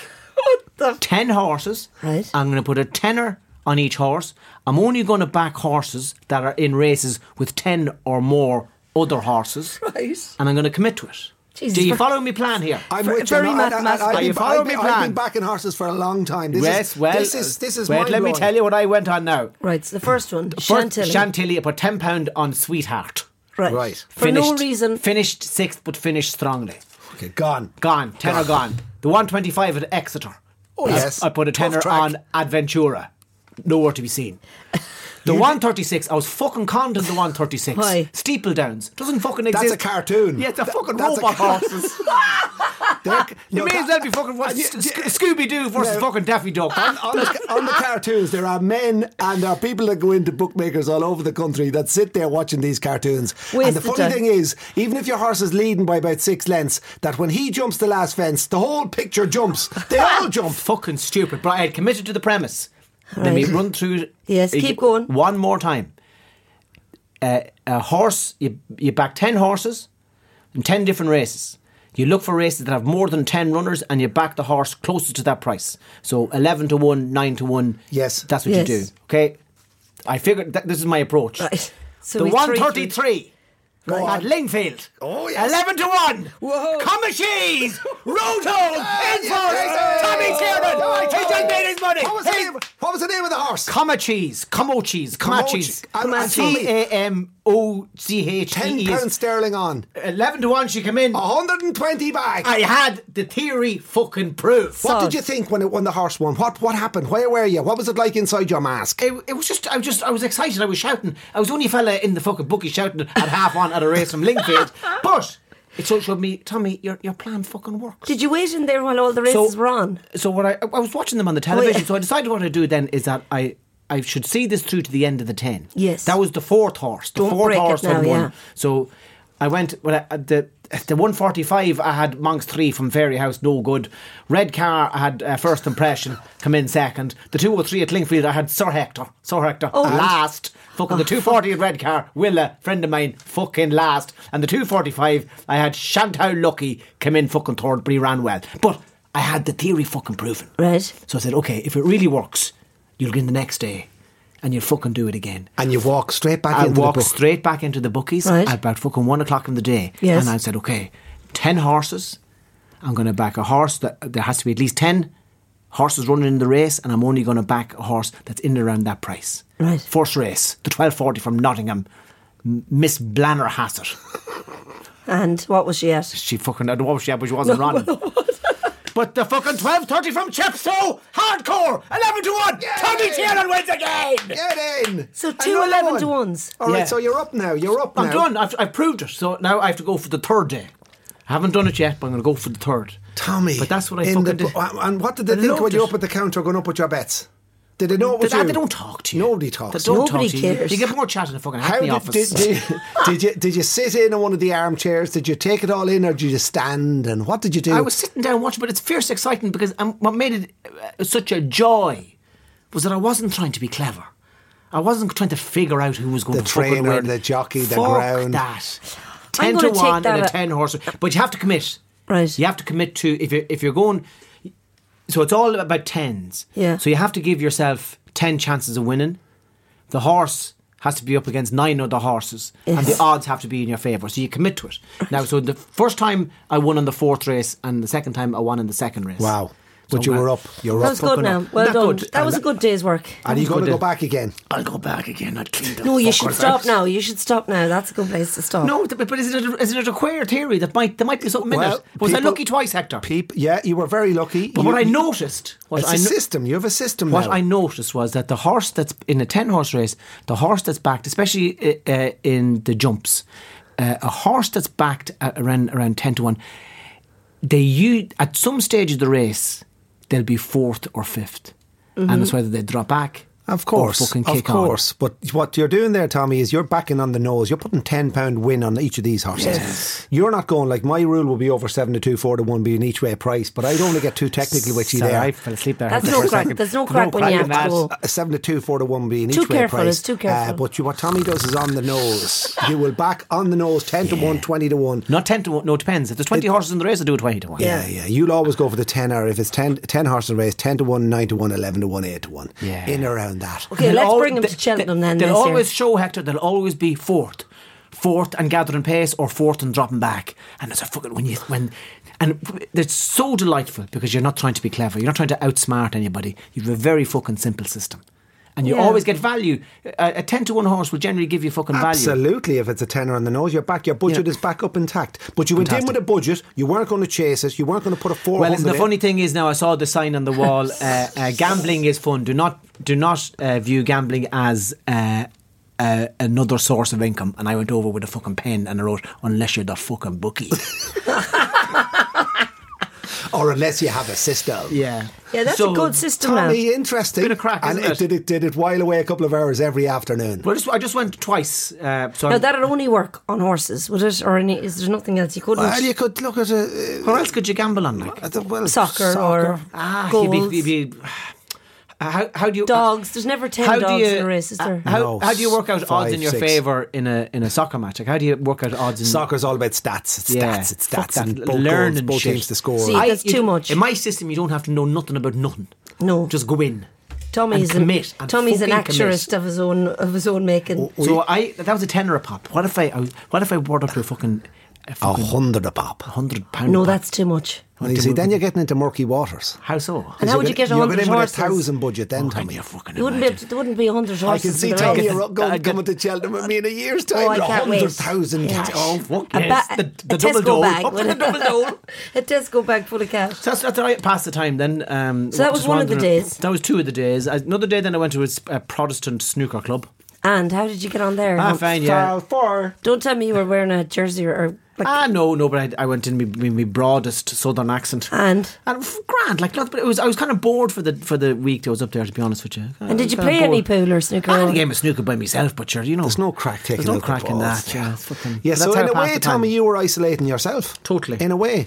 Speaker 3: ten horses.
Speaker 4: Right.
Speaker 3: I'm going to put a tenner on each horse. I'm only going to back horses that are in races with ten or more other horses.
Speaker 4: Right.
Speaker 3: And I'm going to commit to it.
Speaker 4: Jesus,
Speaker 3: Do you
Speaker 4: for-
Speaker 3: follow me plan here?
Speaker 5: I'm
Speaker 4: Ver-
Speaker 5: with you.
Speaker 4: very
Speaker 5: No, I- I- I-
Speaker 4: mathematical.
Speaker 5: I've
Speaker 3: Are you
Speaker 5: been-
Speaker 3: following
Speaker 5: I've
Speaker 3: me,
Speaker 5: been- I've
Speaker 3: plan?
Speaker 5: been backing horses for a long time. This
Speaker 3: yes,
Speaker 5: is,
Speaker 3: well,
Speaker 5: this is this is
Speaker 3: wait, let me tell you what I went on now.
Speaker 4: Right, so the first one,
Speaker 3: First,
Speaker 4: Chantilly.
Speaker 3: Chantilly, I put ten pound on Sweetheart.
Speaker 4: right.
Speaker 5: Right.
Speaker 4: For no reason.
Speaker 3: Finished sixth, but finished strongly.
Speaker 5: Okay, gone.
Speaker 3: Gone. Tenner gone. The one twenty five at Exeter.
Speaker 5: Oh yes.
Speaker 3: I put a
Speaker 5: Tough
Speaker 3: tenner
Speaker 5: track.
Speaker 3: on Adventura. Nowhere to be seen. The 136, I was fucking conned in the 136.
Speaker 4: Why?
Speaker 3: Steeple Downs. Doesn't fucking
Speaker 5: That's
Speaker 3: exist.
Speaker 5: a cartoon.
Speaker 3: Yeah, it's a
Speaker 5: Th-
Speaker 3: fucking
Speaker 5: that's a
Speaker 3: robot
Speaker 5: car-
Speaker 3: horses. you
Speaker 5: no,
Speaker 3: may
Speaker 5: that-
Speaker 3: as well be fucking
Speaker 5: and
Speaker 3: watching
Speaker 5: you-
Speaker 3: Scooby Doo versus
Speaker 5: No.
Speaker 3: fucking Daffy Duck.
Speaker 5: And on, the, on the cartoons, there are men and there are people that go into bookmakers all over the country that sit there watching these cartoons. and the
Speaker 4: Wasted
Speaker 5: funny
Speaker 4: time.
Speaker 5: thing is, even if your horse is leading by about six lengths, that when he jumps the last fence, the whole picture jumps. They all jump.
Speaker 3: fucking stupid. But I had committed to the premise. Let me
Speaker 4: Right.
Speaker 3: run through.
Speaker 4: Yes,
Speaker 3: ag-
Speaker 4: keep going.
Speaker 3: One more time. Uh, a horse, you, you back 10 horses in 10 different races. You look for races that have more than 10 runners and you back the horse closest to that price. So 11 to 1, 9 to 1.
Speaker 5: Yes.
Speaker 3: That's what
Speaker 4: Yes.
Speaker 3: you do. Okay. I figured that this is my approach.
Speaker 4: Right. So
Speaker 3: the
Speaker 4: we three-
Speaker 3: 133
Speaker 5: Go
Speaker 3: at
Speaker 5: on.
Speaker 3: Lingfield.
Speaker 5: Oh, yes.
Speaker 3: 11 to 1.
Speaker 4: Whoa.
Speaker 3: Come cheese. Roadhog.
Speaker 5: Ah,
Speaker 3: In
Speaker 5: yes, yes,
Speaker 3: force. Tommy
Speaker 5: yes.
Speaker 3: Tiernan.
Speaker 5: Oh,
Speaker 3: He just made his money.
Speaker 5: What was, the
Speaker 3: Hey,
Speaker 5: name, what was the name of the horse?
Speaker 3: Comma cheese, commo cheese, comma
Speaker 5: Commo
Speaker 3: cheese.
Speaker 5: che- and- and
Speaker 3: C A M O C H
Speaker 5: Ten
Speaker 3: E
Speaker 5: pounds
Speaker 3: E.
Speaker 5: sterling on.
Speaker 3: Eleven to one, she came in.
Speaker 5: 120 back.
Speaker 3: I had the theory fucking proof.
Speaker 5: what did you think when it when the horse won? What what happened? Where were you? What was it like inside your mask?
Speaker 3: It, it was just, I was just, I was excited. I was shouting. I was the only fella in the fucking bookie shouting at half on at a race from Lingfield. But it so showed me, Tommy, your your plan fucking works.
Speaker 4: Did you wait in there while all the races were on? Oh,
Speaker 3: So what I I was watching them on the television.
Speaker 4: yeah.
Speaker 3: So I decided what I'd do then is that I I should see this through to the end of the ten.
Speaker 4: Yes.
Speaker 3: that was the fourth horse. The
Speaker 4: Don't
Speaker 3: fourth
Speaker 4: break it
Speaker 3: horse had
Speaker 4: now,
Speaker 3: won.
Speaker 4: yeah.
Speaker 3: So I went well, I, the the one forty five. I had Monks three from Fairy House, no good. Red Car. I had uh, first impression come in second. The two hundred three at Lingfield. I had Sir Hector. Sir Hector
Speaker 4: Oh,
Speaker 3: last. Fucking the two forty at Red Car. Willa, friend of mine, fucking last. And the two forty five. I had Shantou Lucky come in fucking third, but he ran well. But I had the theory fucking proven.
Speaker 4: Right.
Speaker 3: So I said, okay, if it really works, you'll go in the next day and you'll fucking do it again.
Speaker 5: And you walked straight back
Speaker 3: I
Speaker 5: into
Speaker 3: walked
Speaker 5: the book.
Speaker 3: straight back into the bookies
Speaker 4: Right.
Speaker 3: at about fucking one o'clock in the day.
Speaker 4: Yes.
Speaker 3: And I said, okay, 10 horses. I'm going to back a horse that there has to be at least 10 horses running in the race, and I'm only going to back a horse that's in and around that price.
Speaker 4: Right.
Speaker 3: First race, the 1240 from Nottingham, M- Miss Blanner Hassett.
Speaker 4: And what was she at?
Speaker 3: She fucking, I don't know what she had, but she wasn't running. But the fucking 12.30 from Chepstow, hardcore, 11 to 1, Tommy Tiernan wins again!
Speaker 5: Get in.
Speaker 4: So
Speaker 5: Another
Speaker 4: two 11
Speaker 5: one.
Speaker 4: to ones.
Speaker 5: All right,
Speaker 3: Yeah.
Speaker 5: so you're up now. You're up
Speaker 3: I'm
Speaker 5: now.
Speaker 3: done. I've, I've proved it. So now I have to go for the third day. I haven't done it yet, but I'm going to go for the third.
Speaker 5: Tommy.
Speaker 3: But that's what I
Speaker 5: in
Speaker 3: fucking
Speaker 5: the,
Speaker 3: did.
Speaker 5: And what did they
Speaker 3: I
Speaker 5: think
Speaker 3: loved
Speaker 5: when you
Speaker 3: it.
Speaker 5: up at the counter going up with your bets? Did they know it
Speaker 3: They,
Speaker 5: was you?
Speaker 3: they don't talk to you.
Speaker 5: Nobody talks.
Speaker 3: They don't
Speaker 4: Nobody
Speaker 3: talk to you.
Speaker 4: cares.
Speaker 3: You get more chat in the fucking
Speaker 5: How
Speaker 3: Hackney
Speaker 5: did,
Speaker 3: office.
Speaker 5: did, did, did you did you sit in on one of the armchairs? Did you take it all in, or did you stand? And what did you do?
Speaker 3: I was sitting down watching, but it's fierce exciting because um, what made it uh, such a joy was that I wasn't trying to be clever. I wasn't trying to figure out who was going
Speaker 5: The
Speaker 3: to fucking
Speaker 5: trainer,
Speaker 3: win.
Speaker 5: the jockey, the
Speaker 3: Fuck
Speaker 5: ground.
Speaker 3: that.
Speaker 4: I'm
Speaker 3: Ten to
Speaker 4: gonna take
Speaker 3: one
Speaker 4: that
Speaker 3: and a
Speaker 4: a-
Speaker 3: ten horse, but you have to commit.
Speaker 4: Right.
Speaker 3: You have to commit to if you if you're going. So it's all about tens.
Speaker 4: Yeah.
Speaker 3: So you have to give yourself ten chances of winning. The horse has to be up against nine other horses, and
Speaker 4: Yes.
Speaker 3: the odds have to be in your favour. So you commit to it. Now, so the first time I won on the fourth race, and the second time I won in the second race.
Speaker 5: wow. But
Speaker 3: So
Speaker 5: you were
Speaker 3: well.
Speaker 5: up. You were
Speaker 4: That
Speaker 5: up.
Speaker 4: was good
Speaker 3: fucking
Speaker 4: now.
Speaker 3: up.
Speaker 4: Well
Speaker 3: Not
Speaker 4: done.
Speaker 3: good.
Speaker 4: That was a good day's work.
Speaker 5: and you're going to
Speaker 3: good.
Speaker 5: go back again.
Speaker 3: I'll go back again. I'll kill the
Speaker 4: No, you should
Speaker 3: fuckers.
Speaker 4: stop now. You should stop now. That's a good place to stop.
Speaker 3: No, th- but but is it, a, is it a queer theory that might there might be something in
Speaker 5: Well,
Speaker 3: it? Was I
Speaker 5: people-
Speaker 3: lucky twice, Hector?
Speaker 5: Peep. Yeah, you were very lucky.
Speaker 3: But
Speaker 5: you,
Speaker 3: what I
Speaker 5: you-
Speaker 3: noticed, what
Speaker 5: It's
Speaker 3: I
Speaker 5: a
Speaker 3: no-
Speaker 5: system. You have a system
Speaker 3: what
Speaker 5: now.
Speaker 3: I noticed was that the horse that's in a ten horse race, the horse that's backed, especially uh, uh, in the jumps, uh, a horse that's backed at around around ten to one, they u- at some stage of the race they'll be fourth or 5th
Speaker 4: Mm-hmm.
Speaker 3: and it's whether they drop back,
Speaker 5: Of course,
Speaker 3: or fucking
Speaker 5: of
Speaker 3: kick on.
Speaker 5: course. But what you're doing there, Tommy, is you're backing on the nose. You're putting ten pound win on each of these horses. You're not going like my rule would be over seven to two, four to one, being each way price. But I don't want to get too technical with you
Speaker 3: Sorry,
Speaker 5: there.
Speaker 3: I fell asleep there.
Speaker 4: That's no
Speaker 3: Hector, for a
Speaker 4: crack.
Speaker 3: second.
Speaker 4: There's no crack when you
Speaker 3: in
Speaker 4: have to
Speaker 3: that.
Speaker 4: go.
Speaker 5: A seven to two, four to one, being
Speaker 4: Too
Speaker 5: each way
Speaker 4: careful,
Speaker 5: price. Uh,
Speaker 4: it's too careful.
Speaker 5: but you, what Tommy does is on the nose. you will back on the nose, ten to one, 20 to one.
Speaker 3: Not 10 to 1, no, it depends. If there's 20 horses in the race, I do it 20 to 1.
Speaker 5: Yeah, yeah. You'll always go for the ten or if it's 10, 10 horses race, ten to one, nine to one, eleven to one, eight to one.
Speaker 3: Yeah.
Speaker 5: in around that.
Speaker 4: Okay,
Speaker 3: They'll
Speaker 4: let's
Speaker 3: al-
Speaker 4: bring him
Speaker 3: they-
Speaker 4: to Cheltenham
Speaker 3: they-
Speaker 4: then.
Speaker 3: They'll
Speaker 4: this year.
Speaker 3: always show Hector. They'll always be fourth, fourth and gathering pace, or fourth and dropping back. And it's a fucking when you when, and it's so delightful because you're not trying to be clever. You're not trying to outsmart anybody. You have a very fucking simple system, and you
Speaker 4: Yeah.
Speaker 3: always get value. A, a ten to one horse will generally give you fucking value.
Speaker 5: Absolutely, if it's a tenner on the nose, your back, your budget
Speaker 3: Yeah.
Speaker 5: is back up intact. But you went in
Speaker 3: Fantastic.
Speaker 5: with a budget. You weren't going to chase it. You weren't going to put a four.
Speaker 3: Well, it's the funny thing is now I saw the sign on the wall. Uh, uh, gambling is fun. Do not do not uh, view gambling as uh, uh, another source of income. And I went over with a fucking pen and I wrote, "Unless you're the fucking bookie."
Speaker 5: or unless you have a system.
Speaker 3: Yeah.
Speaker 4: Yeah, that's
Speaker 3: So,
Speaker 4: a good system now.
Speaker 5: Tommy, interesting.
Speaker 3: Been a crack,
Speaker 5: and
Speaker 3: isn't
Speaker 5: it
Speaker 3: it?
Speaker 5: did it did it while away a couple of hours every afternoon.
Speaker 3: Well, I just, I just went twice. Uh, so
Speaker 4: Now
Speaker 3: I'm-
Speaker 4: that'll only work on horses, would it? Or any? Is there nothing else you couldn't?
Speaker 5: Well, you could look at a, uh,
Speaker 3: what else could you gamble on? Like
Speaker 5: at the- well,
Speaker 4: soccer, or
Speaker 3: ah,
Speaker 4: goals,
Speaker 3: you'd be, you'd be, how, how do you
Speaker 4: dogs. There's never ten
Speaker 3: How do
Speaker 4: dogs
Speaker 3: you- uh,
Speaker 4: in a race, is there?
Speaker 3: How,
Speaker 5: No,
Speaker 3: how do you work out
Speaker 5: five,
Speaker 3: odds in your
Speaker 5: six.
Speaker 3: favour in a in a soccer match? Like how do you work out odds in
Speaker 5: Soccer's all about stats. It's
Speaker 3: Yeah.
Speaker 5: stats. It's
Speaker 3: Fuck
Speaker 5: stats.
Speaker 3: that
Speaker 5: And both,
Speaker 3: learning
Speaker 5: goals, both
Speaker 3: shit.
Speaker 5: teams to score.
Speaker 4: See, that's
Speaker 3: you-
Speaker 4: too much.
Speaker 3: In my system, you don't have to know nothing about nothing.
Speaker 4: No.
Speaker 3: just go in.
Speaker 4: Tommy's
Speaker 3: and
Speaker 4: an,
Speaker 3: commit, and
Speaker 4: Tommy's an
Speaker 3: fucking
Speaker 4: actrist
Speaker 3: commit. Oh,
Speaker 4: of his own of his own making.
Speaker 3: So I that was a tenner a pop. What if I I- what if I brought up a fucking a
Speaker 5: a
Speaker 3: fucking
Speaker 5: hundred a pop.
Speaker 3: hundred pound?
Speaker 4: No,
Speaker 3: pop?
Speaker 4: that's too much.
Speaker 5: And Oh. you see, then you're getting into murky waters.
Speaker 3: how so.
Speaker 4: And how would you get a
Speaker 5: You're
Speaker 4: hundred
Speaker 5: in with a
Speaker 4: horses?
Speaker 5: thousand budget then,
Speaker 3: Tommy,
Speaker 5: Tommy.
Speaker 3: you're fucking.
Speaker 4: You wouldn't be. Able to, there wouldn't be a hundred
Speaker 5: I
Speaker 4: horses.
Speaker 5: can see
Speaker 4: in the race.
Speaker 5: Tommy
Speaker 3: get-
Speaker 5: Ro-
Speaker 3: I
Speaker 5: going,
Speaker 3: get- Oh,
Speaker 5: coming to Cheltenham with me in a year's time.
Speaker 4: I can't wait.
Speaker 5: hundred thousand.
Speaker 4: Yeah.
Speaker 5: Oh,
Speaker 3: fuck
Speaker 4: A
Speaker 3: yes,
Speaker 4: ba-
Speaker 3: the, the
Speaker 4: a
Speaker 3: double
Speaker 4: Tesco
Speaker 3: dole.
Speaker 4: bag
Speaker 3: Up to
Speaker 4: with
Speaker 3: the
Speaker 4: a-
Speaker 3: double dole.
Speaker 4: a Tesco bag full of cash.
Speaker 3: So that's, that's all right. Past the time then. Um,
Speaker 4: So that was
Speaker 3: just
Speaker 4: one of the
Speaker 3: wandering-
Speaker 4: days.
Speaker 3: That was two of the days. Another day then I went to a, s- a Protestant snooker club.
Speaker 4: And how did you get on there?
Speaker 3: Ah, fine, yeah.
Speaker 5: four.
Speaker 4: Don't tell me you were wearing a jersey or- or like.
Speaker 3: ah, no, no, but I, I went in my, my, my broadest southern accent.
Speaker 4: And
Speaker 3: And f- grand, like, look, but it was. I was kind of bored for the for the week that I was up there. To be honest with you. I
Speaker 4: and
Speaker 3: was
Speaker 4: did you
Speaker 3: kinda
Speaker 4: play any
Speaker 3: bored.
Speaker 4: pool or snooker?
Speaker 3: I had a
Speaker 4: or-
Speaker 3: Ah, game of snooker by myself, but sure, you know,
Speaker 5: um, There's no crack taking.
Speaker 3: There's no
Speaker 5: out the
Speaker 3: crack in
Speaker 5: balls.
Speaker 3: that. Yeah, fucking.
Speaker 5: Yeah,
Speaker 3: that's
Speaker 5: so
Speaker 3: how
Speaker 5: in
Speaker 3: I
Speaker 5: a
Speaker 3: passed
Speaker 5: way,
Speaker 3: the time.
Speaker 5: Tommy, you were isolating yourself.
Speaker 3: Totally.
Speaker 5: In a way.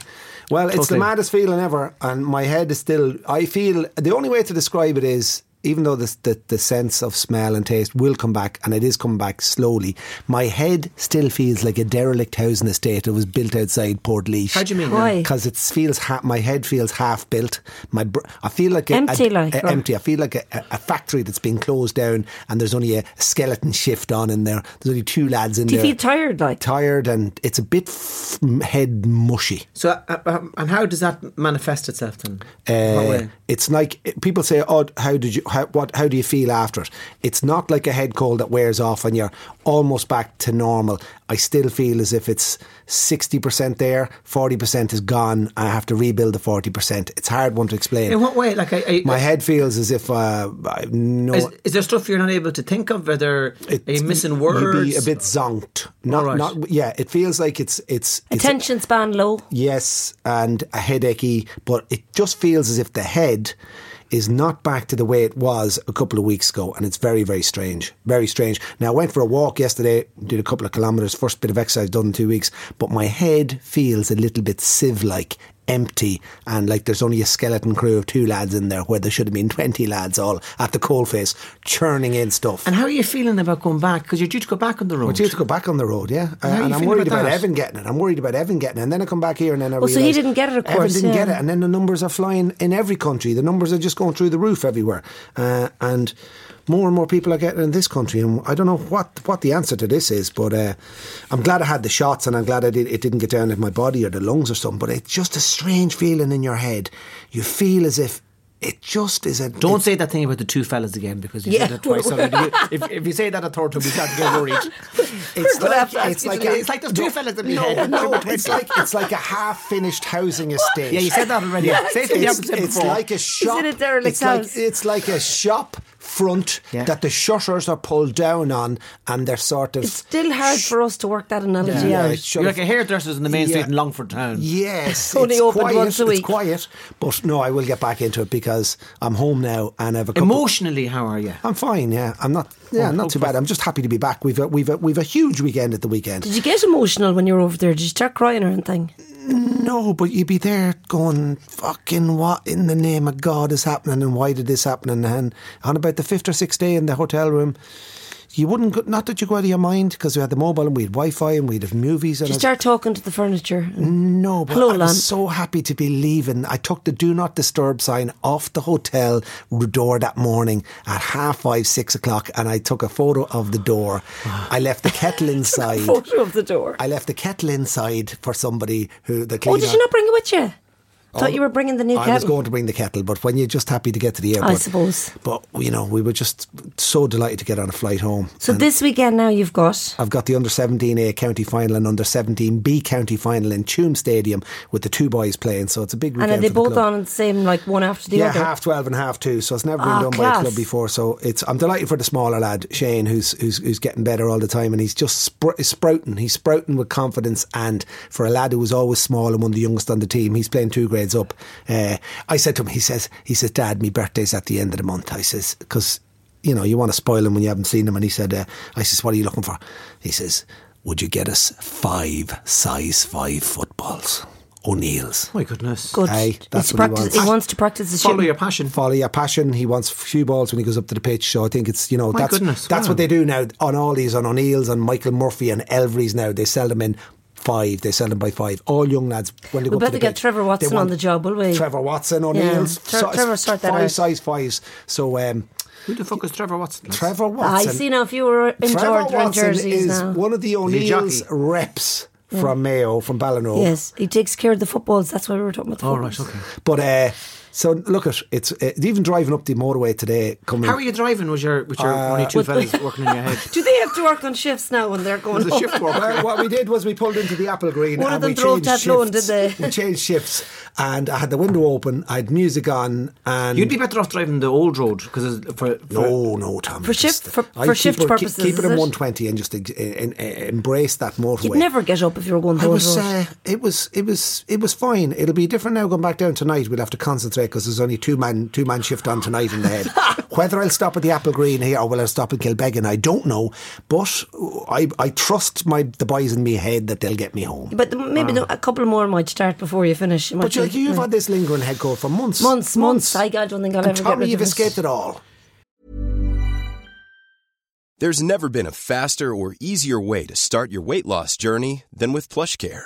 Speaker 5: Well, it's the
Speaker 3: Totally.
Speaker 5: maddest feeling ever, and my head is still. I feel the only way to describe it is, even though this, the the sense of smell and taste will come back, and it is coming back slowly. My head still feels like a derelict housing estate that was built outside Port Leash.
Speaker 3: How do you mean?
Speaker 4: Why?
Speaker 5: Because it feels ha- my head feels half built. My br- I feel like a,
Speaker 4: Empty,
Speaker 5: a-
Speaker 4: like,
Speaker 5: a-
Speaker 4: or-
Speaker 5: empty. I feel like a, a a factory that's been closed down, and there's only a skeleton shift on in there. There's only two lads in
Speaker 4: Do you
Speaker 5: there.
Speaker 4: feel tired? Like
Speaker 5: tired, and it's a bit f- head mushy.
Speaker 3: So, uh, um, and how does that manifest itself then? What
Speaker 5: Uh,
Speaker 3: way?
Speaker 5: it's like people say, "Oh, how did you? How, what? How do you feel after it?" It's not like a head cold that wears off and you're almost back to normal. I still feel as if it's sixty percent there, forty percent is gone. I have to rebuild the forty percent. It's a hard one to explain.
Speaker 3: In what way? Like, I, I,
Speaker 5: My head feels as if uh, I no.
Speaker 3: Is, is there stuff you're not able to think of? Are there are you missing words?
Speaker 5: You'd be a bit zonked. Not,
Speaker 3: All right.
Speaker 5: not. Yeah, it feels like it's it's it's
Speaker 4: attention span low.
Speaker 5: yes, and a headachy, but it just feels as if the head is not back to the way it was a couple of weeks ago, and it's very, very strange. Very strange. Now, I went for a walk yesterday, did a couple of kilometres, first bit of exercise done in two weeks, but my head feels a little bit sieve like. Empty and like there's only a skeleton crew of two lads in there where there should have been 20 lads all at the coalface churning in stuff.
Speaker 3: And how are you feeling about going back? Because you're due to go back on the road.
Speaker 5: But you have to go back on the road, yeah.
Speaker 3: And how
Speaker 5: Uh,
Speaker 3: you
Speaker 5: and I'm
Speaker 3: feeling
Speaker 5: worried
Speaker 3: about
Speaker 5: about,
Speaker 3: that?
Speaker 5: Evan getting it. I'm worried about Evan getting it. And then I come back here and then I
Speaker 4: Well, so he
Speaker 5: realise
Speaker 4: didn't get it, of
Speaker 5: Evan
Speaker 4: course,
Speaker 5: didn't
Speaker 4: yeah.
Speaker 5: get it. And then the numbers are flying in every country. The numbers are just going through the roof everywhere. Uh, and more and more people are getting it in this country. And I don't know what, what the answer to this is, but uh, I'm glad I had the shots and I'm glad I did, it didn't get down in my body or the lungs or something. But it's just a strange feeling in your head. You feel as if it just is a.
Speaker 3: Don't say that thing about the two fellas again because you
Speaker 4: Yeah.
Speaker 3: said it twice already. You- if, if you say that a third time, we start to get worried.
Speaker 5: It's
Speaker 3: Well,
Speaker 5: like,
Speaker 3: that's-
Speaker 5: it's like,
Speaker 3: it's- it's like there's two fellas in my
Speaker 5: no,
Speaker 3: head.
Speaker 5: No, it's like it's like a half-finished housing estate.
Speaker 3: Yeah, you said that already.
Speaker 5: Yeah,
Speaker 3: Say
Speaker 5: it's,
Speaker 3: it to the opposite
Speaker 5: it's
Speaker 3: before.
Speaker 5: like a shop.
Speaker 4: in a derelict
Speaker 5: it's like
Speaker 4: house.
Speaker 5: it's like a shop front
Speaker 3: Yeah.
Speaker 5: that the shutters are pulled down on, and they're sort of
Speaker 4: It's still hard for us to work that analogy
Speaker 5: Yeah,
Speaker 4: out.
Speaker 5: it's shut
Speaker 3: You're
Speaker 5: up.
Speaker 3: like a hairdresser's in the main
Speaker 5: Yeah.
Speaker 3: street in Longford Town.
Speaker 5: Yes,
Speaker 4: Only
Speaker 5: it's
Speaker 4: open
Speaker 5: quiet,
Speaker 4: once a
Speaker 5: It's
Speaker 4: week.
Speaker 5: quiet, but no, I will get back into it because I'm home now and I have a couple.
Speaker 3: Emotionally, how are you?
Speaker 5: I'm fine. Yeah, I'm not. Yeah,
Speaker 3: Oh,
Speaker 5: not too
Speaker 3: okay.
Speaker 5: bad. I'm just happy to be back. We've a, we've a, we've a huge weekend at the weekend.
Speaker 4: Did you get emotional when you were over there? Did you start crying or anything?
Speaker 5: No, but you'd be there going, fucking what in the name of God is happening and why did this happen? And then on about the fifth or sixth day in the hotel room, you wouldn't, go, not that you go out of your mind because we had the mobile and we had Wi Fi and we had movies. And
Speaker 4: Did you
Speaker 5: I
Speaker 4: start
Speaker 5: was-
Speaker 4: talking to the furniture?
Speaker 5: no, but
Speaker 4: Hello,
Speaker 5: I
Speaker 4: Lan.
Speaker 5: was so happy to be leaving. I took the do not disturb sign off the hotel door that morning at half five, six o'clock, and I took a photo of the door. I left the kettle inside.
Speaker 4: Photo of the door.
Speaker 5: Mm. I left the kettle inside for somebody who the
Speaker 4: Oh,
Speaker 5: cleaner.
Speaker 4: did you not bring it with you? Thought you were bringing the new
Speaker 5: Oh, I was
Speaker 4: kettle.
Speaker 5: going to bring the kettle, but when you're just happy to get to the airport,
Speaker 4: suppose.
Speaker 5: But you know, we were just so delighted to get on a flight home.
Speaker 4: so this weekend now you've got
Speaker 5: I've got the under 17A county final and under 17B county final in Tune Stadium with the two boys playing. So it's a big
Speaker 4: and
Speaker 5: weekend.
Speaker 4: are they
Speaker 5: for the
Speaker 4: both
Speaker 5: club.
Speaker 4: on at the same like one after the
Speaker 5: yeah,
Speaker 4: other?
Speaker 5: half twelve and half two. So it's never been
Speaker 4: Ah,
Speaker 5: done by
Speaker 4: class.
Speaker 5: a club before. So it's I'm delighted for the smaller lad Shane, who's who's, who's getting better all the time, and he's just spr- sprouting. He's sprouting with confidence. And for a lad who was always small and one of the youngest on the team, he's playing two great grades up. Uh, I said to him, he says, he says, Dad, my birthday's at the end of the month. I says, because you know you want to spoil him when you haven't seen him. And he said, uh, I says, what are you looking for? He says, would you get us five size five footballs, O'Neills?
Speaker 3: My goodness.
Speaker 4: Good.
Speaker 5: Aye, that's
Speaker 4: It's
Speaker 5: what he
Speaker 4: practice-
Speaker 5: wants.
Speaker 4: He wants to practice the
Speaker 3: Follow
Speaker 4: shooting.
Speaker 3: your passion.
Speaker 5: Follow your passion. He wants few balls when he goes up to the pitch. So I think it's you know
Speaker 3: My
Speaker 5: that's
Speaker 3: goodness,
Speaker 5: that's
Speaker 3: wow.
Speaker 5: what they do now on all these on O'Neill's and Michael Murphy and Elvery's now. They sell them in five. They sell them by five. All young lads when they
Speaker 4: We
Speaker 5: go up to
Speaker 4: better
Speaker 5: the
Speaker 4: get
Speaker 5: pitch,
Speaker 4: Trevor
Speaker 5: they
Speaker 4: Watson on
Speaker 5: want
Speaker 4: the job, will we?
Speaker 5: Trevor Watson O'Neill's
Speaker 4: Tre- Trevor, sort that
Speaker 5: five
Speaker 4: out.
Speaker 5: size fives. So um,
Speaker 3: Who the fuck is Trevor Watson? lads?
Speaker 5: Trevor
Speaker 4: I
Speaker 5: Watson.
Speaker 4: see now if you were in
Speaker 5: Trevor
Speaker 4: George in
Speaker 5: Watson
Speaker 4: jerseys
Speaker 5: is
Speaker 4: now.
Speaker 5: one of the O'Neill's
Speaker 3: jockey?
Speaker 5: reps from Mayo from Ballinrobe.
Speaker 4: Yes, he takes care of the footballs. That's why we were talking about the
Speaker 3: All
Speaker 4: footballs.
Speaker 3: right, okay.
Speaker 5: But uh, so look at it's uh, even driving up the motorway today. Coming
Speaker 3: How are you driving with your, with
Speaker 5: Uh,
Speaker 3: your only two fellas working in your head?
Speaker 4: Do they have to work on shifts now when they're going
Speaker 3: The
Speaker 4: home?
Speaker 3: shift work.
Speaker 5: Well, what we did was we pulled into the apple green
Speaker 4: One of
Speaker 5: and
Speaker 4: them
Speaker 5: we
Speaker 4: drove
Speaker 5: changed
Speaker 4: that
Speaker 5: shifts.
Speaker 4: loan, did they?
Speaker 5: we changed shifts, and I had the window open, I had music on, and
Speaker 3: You'd be better off driving the old road because for, for
Speaker 5: no, no, Tom.
Speaker 4: For
Speaker 5: just-
Speaker 4: shift- for-
Speaker 5: I
Speaker 4: for
Speaker 5: keep
Speaker 4: shift
Speaker 5: her- keep-
Speaker 4: purposes,
Speaker 5: keep it
Speaker 4: is
Speaker 5: in
Speaker 4: it?
Speaker 5: one twenty and just uh, en- en- embrace that motorway.
Speaker 4: You'd never get up if you were going
Speaker 5: I
Speaker 4: those
Speaker 5: was,
Speaker 4: roads.
Speaker 5: uh, it was, it was, it was fine. It'll be different now going back down tonight. We'll have to concentrate because there's only two man, two man shift on tonight in the head. Whether I'll stop at the Apple Green here or will I stop at Kilbeggan, I don't know. But I, I trust my the boys in me head that they'll get me home.
Speaker 4: but the- maybe the- a couple more might start before you finish. It might
Speaker 5: But you,
Speaker 4: be-
Speaker 5: you've
Speaker 4: yeah.
Speaker 5: had this lingering head cold for months,
Speaker 4: months, months. I, I don't think I'll
Speaker 5: And
Speaker 4: ever get
Speaker 5: Tommy,
Speaker 4: rid
Speaker 5: you've
Speaker 4: of
Speaker 5: escaped it all.
Speaker 6: There's never been a faster or easier way to start your weight loss journey than with PlushCare.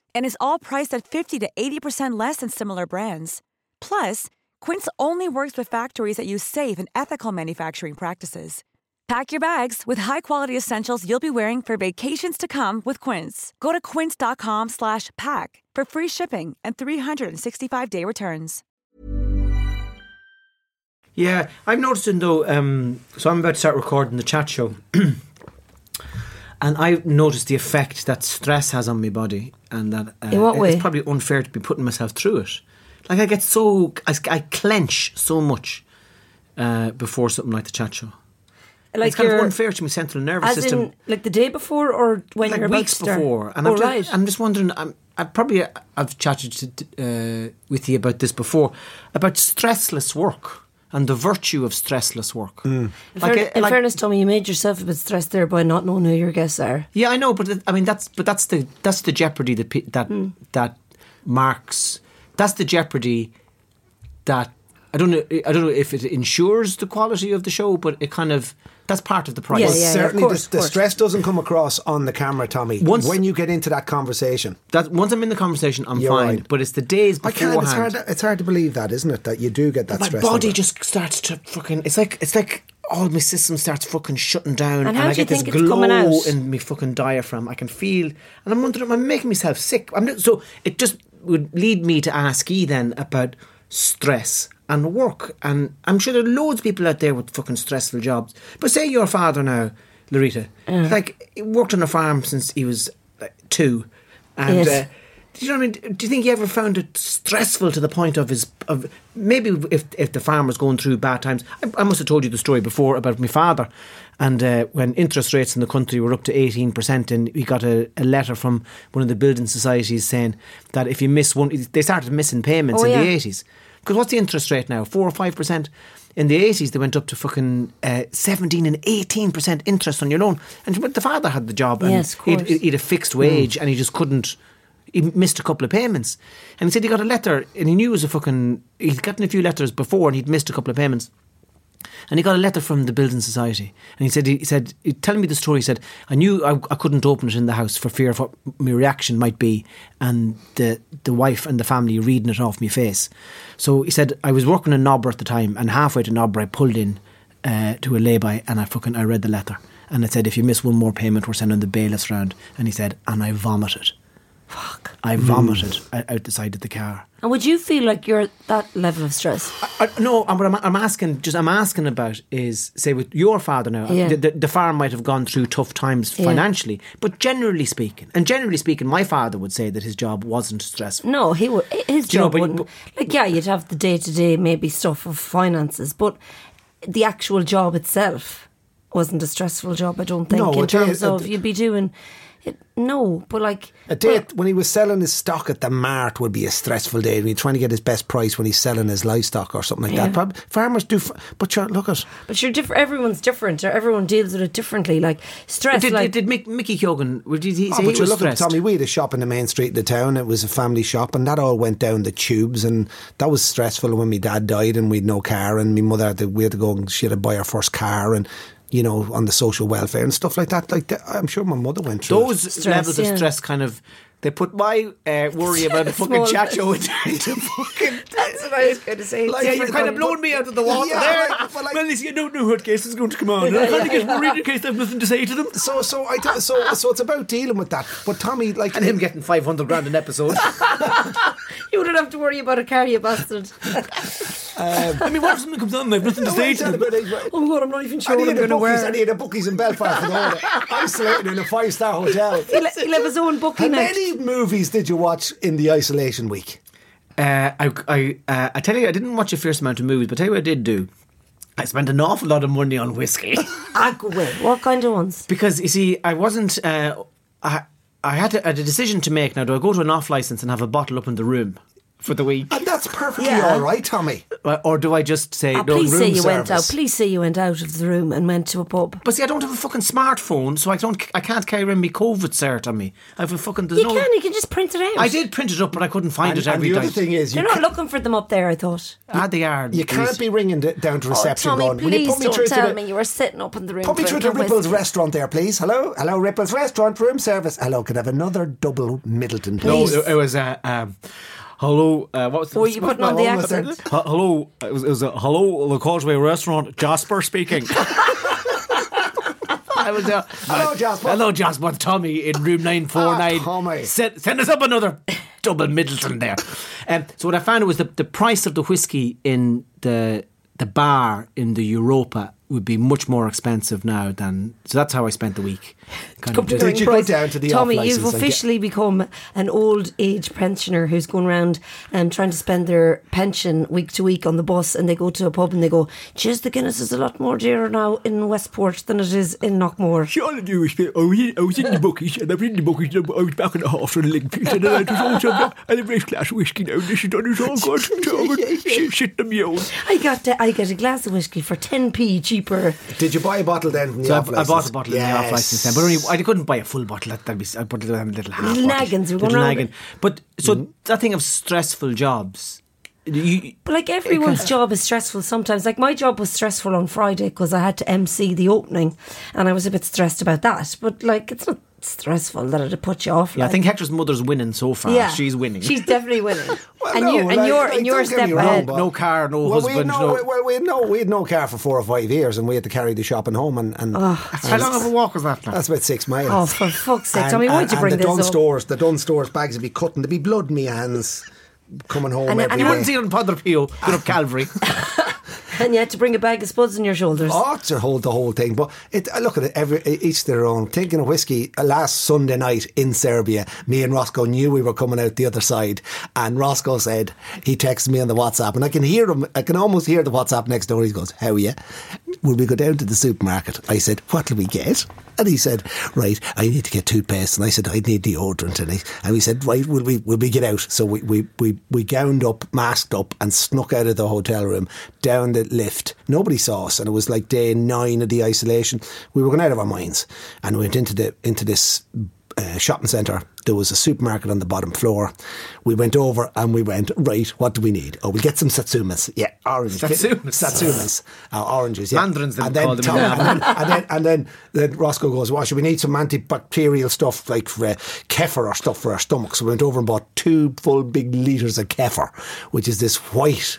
Speaker 7: And is all priced at 50 to 80% less than similar brands. Plus, Quince only works with factories that use safe and ethical manufacturing practices. Pack your bags with high-quality essentials you'll be wearing for vacations to come with Quince. Go to quince.com slash pack for free shipping and 365-day returns.
Speaker 3: Yeah, I'm noticing though. Um, so I'm about to start recording the chat show, and I've noticed the effect that stress has on my body, and that uh,
Speaker 4: In what way?
Speaker 3: it's probably unfair to be putting myself through it. Like I get so I, I clench so much uh, before something like the chat show.
Speaker 4: it. Like
Speaker 3: it's kind of
Speaker 4: you're-
Speaker 3: unfair to my central nervous
Speaker 4: As
Speaker 3: system.
Speaker 4: in, like the day before or when
Speaker 3: like
Speaker 4: you're about
Speaker 3: weeks
Speaker 4: to start?
Speaker 3: before, and
Speaker 4: oh,
Speaker 3: I'm, just,
Speaker 4: right.
Speaker 3: I'm just wondering. I'm, I probably I've chatted to, uh, with you about this before about stressless work and the virtue of stressless work.
Speaker 5: Mm.
Speaker 4: in,
Speaker 3: Like,
Speaker 4: fair-
Speaker 3: uh,
Speaker 4: in
Speaker 3: like-
Speaker 4: fairness, Tommy, you made yourself a bit stressed there by not knowing who your guests are.
Speaker 3: yeah, I know, but th- I mean that's but that's the that's the jeopardy that pe- that
Speaker 4: Mm.
Speaker 3: that marks that's the jeopardy that I don't know I don't know if it ensures the quality of the show, but it kind of that's part of the price.
Speaker 4: Yeah,
Speaker 5: Well,
Speaker 4: yeah, yeah,
Speaker 5: certainly
Speaker 4: of course,
Speaker 5: the,
Speaker 4: of
Speaker 5: the
Speaker 4: course.
Speaker 5: stress doesn't come across on the camera, Tommy.
Speaker 3: Once-
Speaker 5: when you get into that conversation,
Speaker 3: That once I'm in the conversation, I'm
Speaker 5: You're
Speaker 3: fine,
Speaker 5: right.
Speaker 3: but it's the days
Speaker 5: I
Speaker 3: beforehand.
Speaker 5: can't. It's hard. It's hard to believe that, isn't it? That you do get that
Speaker 3: my
Speaker 5: stress.
Speaker 3: body
Speaker 5: level.
Speaker 3: just starts to fucking. It's like it's like all my system starts fucking shutting down, and,
Speaker 4: And how
Speaker 3: I
Speaker 4: do you
Speaker 3: get this
Speaker 4: think it's coming
Speaker 3: glow
Speaker 4: out?
Speaker 3: in my fucking diaphragm. I can feel, and I'm wondering, am I making myself sick? I'm not, so it just would lead me to ask you then about stress and work, and I'm sure there are loads of people out there with fucking stressful jobs. But say your father now, Loretta, like he worked on a farm since he was like, two, and.
Speaker 4: Yes.
Speaker 3: Uh, do you know what I mean? Do you think he ever found it stressful to the point of his of maybe if if the farm was going through bad times? I, I must have told you the story before about my father, and uh, when interest rates in the country were up to eighteen percent, and we got a, a letter from one of the building societies saying that if you miss one, they started missing payments
Speaker 4: Oh,
Speaker 3: in the
Speaker 4: yeah.
Speaker 3: eighties. Because what's the interest rate now? Four or five percent. In the eighties, they went up to fucking uh, seventeen and eighteen percent interest on your loan. And but the father had the job, and
Speaker 4: Yes, of
Speaker 3: he'd-
Speaker 4: course.
Speaker 3: he'd- he'd a fixed wage and he just couldn't. He missed a couple of payments, and he said he got a letter, and he knew it was a fucking. He'd gotten a few letters before, and he'd missed a couple of payments, And he got a letter from the building society, and he said, he said, he- telling me the story, he said, I knew I, I couldn't open it in the house for fear of what my reaction might be, and the the wife and the family reading it off my face. So he said I was working in Nobber at the time, and halfway to Nobber I pulled in uh, to a lay-by, and I fucking I read the letter, and it said, if you miss one more payment, we're sending the bailiffs round. And he said, and I vomited. Fuck. I vomited o- out the side of the car.
Speaker 4: And would you feel like you're at that level of stress?
Speaker 3: I, no, and what I'm, I'm asking, just I'm asking about is say with your father now.
Speaker 4: Yeah.
Speaker 3: The, the, the farm might have gone through tough times
Speaker 4: Yeah.
Speaker 3: financially, but generally speaking, and generally speaking, my father would say that his job wasn't stressful.
Speaker 4: No, he would. His
Speaker 3: Do you know,
Speaker 4: job
Speaker 3: but-
Speaker 4: wouldn't. like, yeah, you'd have the day to day maybe stuff of finances, but the actual job itself wasn't a stressful job. I don't think
Speaker 5: No,
Speaker 4: in
Speaker 5: a day-
Speaker 4: terms
Speaker 5: a-
Speaker 4: of you'd be doing. It, no, but like
Speaker 5: A day when he was selling his stock at the mart would be a stressful day. When he's trying to get his best price when he's selling his livestock or something like that. Prob- farmers do, f- but sure, look at
Speaker 4: But you're different. Everyone's different. Or everyone deals with it differently. Like stress.
Speaker 3: Did,
Speaker 4: like
Speaker 3: did, did Mick, Mickey Hogan? Did he
Speaker 5: Oh,
Speaker 3: say
Speaker 5: but
Speaker 3: he
Speaker 5: you
Speaker 3: was
Speaker 5: look at
Speaker 3: stressed?
Speaker 5: Tommy. We had a shop in the main street of the town. It was a family shop, and that all went down the tubes, and that was stressful. When my dad died, and we'd no car, and my mother had to we had to go and she had to buy her first car, and you know, on the social welfare and stuff like that. Like that, I'm sure my mother went through.
Speaker 3: Those
Speaker 5: it.
Speaker 4: Stress,
Speaker 3: levels of
Speaker 4: yeah.
Speaker 3: stress kind of. They put my uh, worry about the
Speaker 4: Small-
Speaker 3: fucking chat show into fucking.
Speaker 4: that's what I was going to say.
Speaker 5: Like,
Speaker 3: yeah,
Speaker 4: It's
Speaker 3: you're
Speaker 4: different,
Speaker 3: kind of
Speaker 4: but-
Speaker 3: blowing me out of the water
Speaker 5: Yeah,
Speaker 3: there.
Speaker 5: but- but like-
Speaker 3: well, you don't know what case is going to come on. I can't get worried in case I have nothing to say to them.
Speaker 5: So, so I th- so so it's about dealing with that. But Tommy, like
Speaker 3: And him getting 500 grand an episode.
Speaker 4: You wouldn't have to worry about a car, you bastard.
Speaker 3: I mean, what if something comes on and I've nothing to say to them?
Speaker 4: oh my god, I'm not even sure
Speaker 5: And he
Speaker 4: what I'm going
Speaker 5: had a
Speaker 4: to
Speaker 5: bookies,
Speaker 4: wear.
Speaker 5: and he had a bookies in Belfast and all that, isolated in a five star hotel.
Speaker 4: He'll, he'll have his own bookie
Speaker 5: How
Speaker 4: next.
Speaker 5: many movies did you watch in the isolation week?
Speaker 3: Uh, I, I, uh, I tell you, I didn't watch a fierce amount of movies, but I tell you what I did do. I spent an awful lot of money on whiskey.
Speaker 4: Ah, go away. What kind of ones?
Speaker 3: because, you see, I wasn't. Uh, I, I, had to, I had a decision to make now. Do I go to an off license and have a bottle up in the room for the week?
Speaker 5: And Uh, that's perfectly
Speaker 4: Yeah.
Speaker 5: all right, Tommy.
Speaker 3: Or do I just say,
Speaker 5: Oh,
Speaker 4: Ah,
Speaker 3: no,
Speaker 4: please say
Speaker 3: room
Speaker 4: you went out.
Speaker 3: service?
Speaker 4: Please say you went out of the room and went to a pub.
Speaker 3: But see, I don't have a fucking smartphone, so I don't. I can't carry around my COVID cert on me. I have a fucking. There's
Speaker 4: You
Speaker 3: no,
Speaker 4: can. You can just print it out.
Speaker 3: I did print it up, but I couldn't find
Speaker 5: And,
Speaker 3: it every
Speaker 5: and the
Speaker 3: time.
Speaker 5: other thing is, you,
Speaker 4: They're not
Speaker 5: ca-
Speaker 4: looking for them up there. I thought.
Speaker 3: ah, they are.
Speaker 5: you can't be ringing d- down to
Speaker 4: Oh,
Speaker 5: reception
Speaker 4: Tommy,
Speaker 5: going, will you
Speaker 4: please
Speaker 5: put me
Speaker 4: don't
Speaker 5: through
Speaker 4: tell
Speaker 5: to
Speaker 4: me
Speaker 5: the,
Speaker 4: you were sitting up in the room.
Speaker 5: put me through to
Speaker 4: drinking
Speaker 5: Ripple's
Speaker 4: whiskey.
Speaker 5: restaurant there, please? Hello? Hello, Ripple's restaurant, room service. Hello, could I have another double Middleton,
Speaker 3: No,
Speaker 5: please? uh,
Speaker 3: it, it was a. Um, Hello, uh, what was the
Speaker 4: Were you putting on the
Speaker 3: what was it?
Speaker 4: accent?
Speaker 3: H- Hello, it was, it was a hello, the Causeway restaurant, Jasper speaking. I was, uh,
Speaker 5: Hello, Jasper.
Speaker 3: Hello, Jasper. Tommy in room 949.
Speaker 5: Ah, Tommy.
Speaker 3: Send, send us up another double Middleton there. Um, so, what I found was the, the price of the whiskey in the the bar in the Europa would be much more expensive now than. So, that's how I spent the week. Kind of just-
Speaker 4: Comparing
Speaker 5: Did you go
Speaker 4: prices.
Speaker 5: down to the
Speaker 4: Tommy?
Speaker 5: off
Speaker 4: You've
Speaker 5: licence and
Speaker 4: officially become an old age pensioner who's going around and trying to spend their pension week to week on the bus, and they go to a pub and they go, "Geez, the Guinness is a lot more dearer now in Westport than it is in Knockmore."
Speaker 3: All I do was I was in, I was in the bookies and I was in the bookies and I was back in the half and leg piece and I was also back and a nice glass of whiskey now. This is done, it's all good. So I'm shit, shit the mule.
Speaker 4: I got to, I get a glass of whiskey for ten p cheaper.
Speaker 5: Did you buy a bottle then from the
Speaker 3: So I,
Speaker 5: off
Speaker 3: I bought
Speaker 5: licence?
Speaker 3: a bottle in the off license then, but only, I couldn't buy a full bottle. That'd be, I put it in a little half
Speaker 4: Little
Speaker 3: bottle.
Speaker 4: naggins, we're
Speaker 3: Little
Speaker 4: going round
Speaker 3: naggin.
Speaker 4: it.
Speaker 3: But so that thing of stressful jobs, you,
Speaker 4: But like everyone's job is stressful sometimes. Like my job was stressful on Friday because I had to MC the opening, and I was a bit stressed about that. But like, it's not stressful that it put you off.
Speaker 3: yeah, I
Speaker 4: like.
Speaker 3: think Hector's mother's winning so far. She's winning.
Speaker 4: She's definitely winning.
Speaker 5: Ah, Well,
Speaker 4: and
Speaker 5: no,
Speaker 4: you and
Speaker 5: like-
Speaker 4: you're
Speaker 5: like,
Speaker 4: and you're a
Speaker 5: don't get
Speaker 4: step
Speaker 5: me wrong,
Speaker 4: ahead.
Speaker 5: but-
Speaker 3: No car, no
Speaker 5: well,
Speaker 3: husband,
Speaker 5: We had no,
Speaker 3: no-
Speaker 5: Well, we had no, we had no car for four or five years, and we had to carry the shopping home. And, and
Speaker 3: How long of a walk was that? Like?
Speaker 5: That's about six miles.
Speaker 4: Oh, for fuck's sake, Tommy, why'd you
Speaker 5: and
Speaker 4: bring
Speaker 5: the
Speaker 4: this
Speaker 5: Dun
Speaker 4: up?
Speaker 5: stores, the Dun stores bags would be cutting, there'd be blood in my hands coming home
Speaker 4: And-
Speaker 5: every
Speaker 4: and
Speaker 3: You
Speaker 4: I
Speaker 5: day.
Speaker 3: wouldn't see it on Father Pio, good up Calvary.
Speaker 4: and you had to bring a bag of spuds on your shoulders.
Speaker 5: Oh, to hold the whole thing, but it, I look at it. Every e, each their own. Thinking of whiskey. uh, Last Sunday night in Serbia, me and Roscoe knew we were coming out the other side, and Roscoe said he texted me on the WhatsApp, and I can hear him. I can almost hear the WhatsApp next door. He goes, "How are you? Will we go down to the supermarket?" I said, "What'll we get?" And he said, "Right, I need to get toothpaste." And I said, "I need deodorant." And, he, and we said, "Right, will we will we get out?" So we, we we we gowned up, masked up, and snuck out of the hotel room down the lift. Nobody saw us, and it was like day nine of the isolation. We were going out of our minds, and went into the into this. uh, shopping centre. There was a supermarket on the bottom floor. We went over and we went, right, what do we need? Oh, we'll get some satsumas. Yeah, oranges.
Speaker 8: Satsumas.
Speaker 5: Satsumas. Uh, oranges, yeah.
Speaker 8: Mandarins, they
Speaker 5: and then,
Speaker 8: call them
Speaker 5: Tom-
Speaker 8: now.
Speaker 5: and, then, and, then, and then then Roscoe goes, well, should we need some antibacterial stuff like uh, kefir or stuff for our stomachs? So we went over and bought two full big litres of kefir, which is this white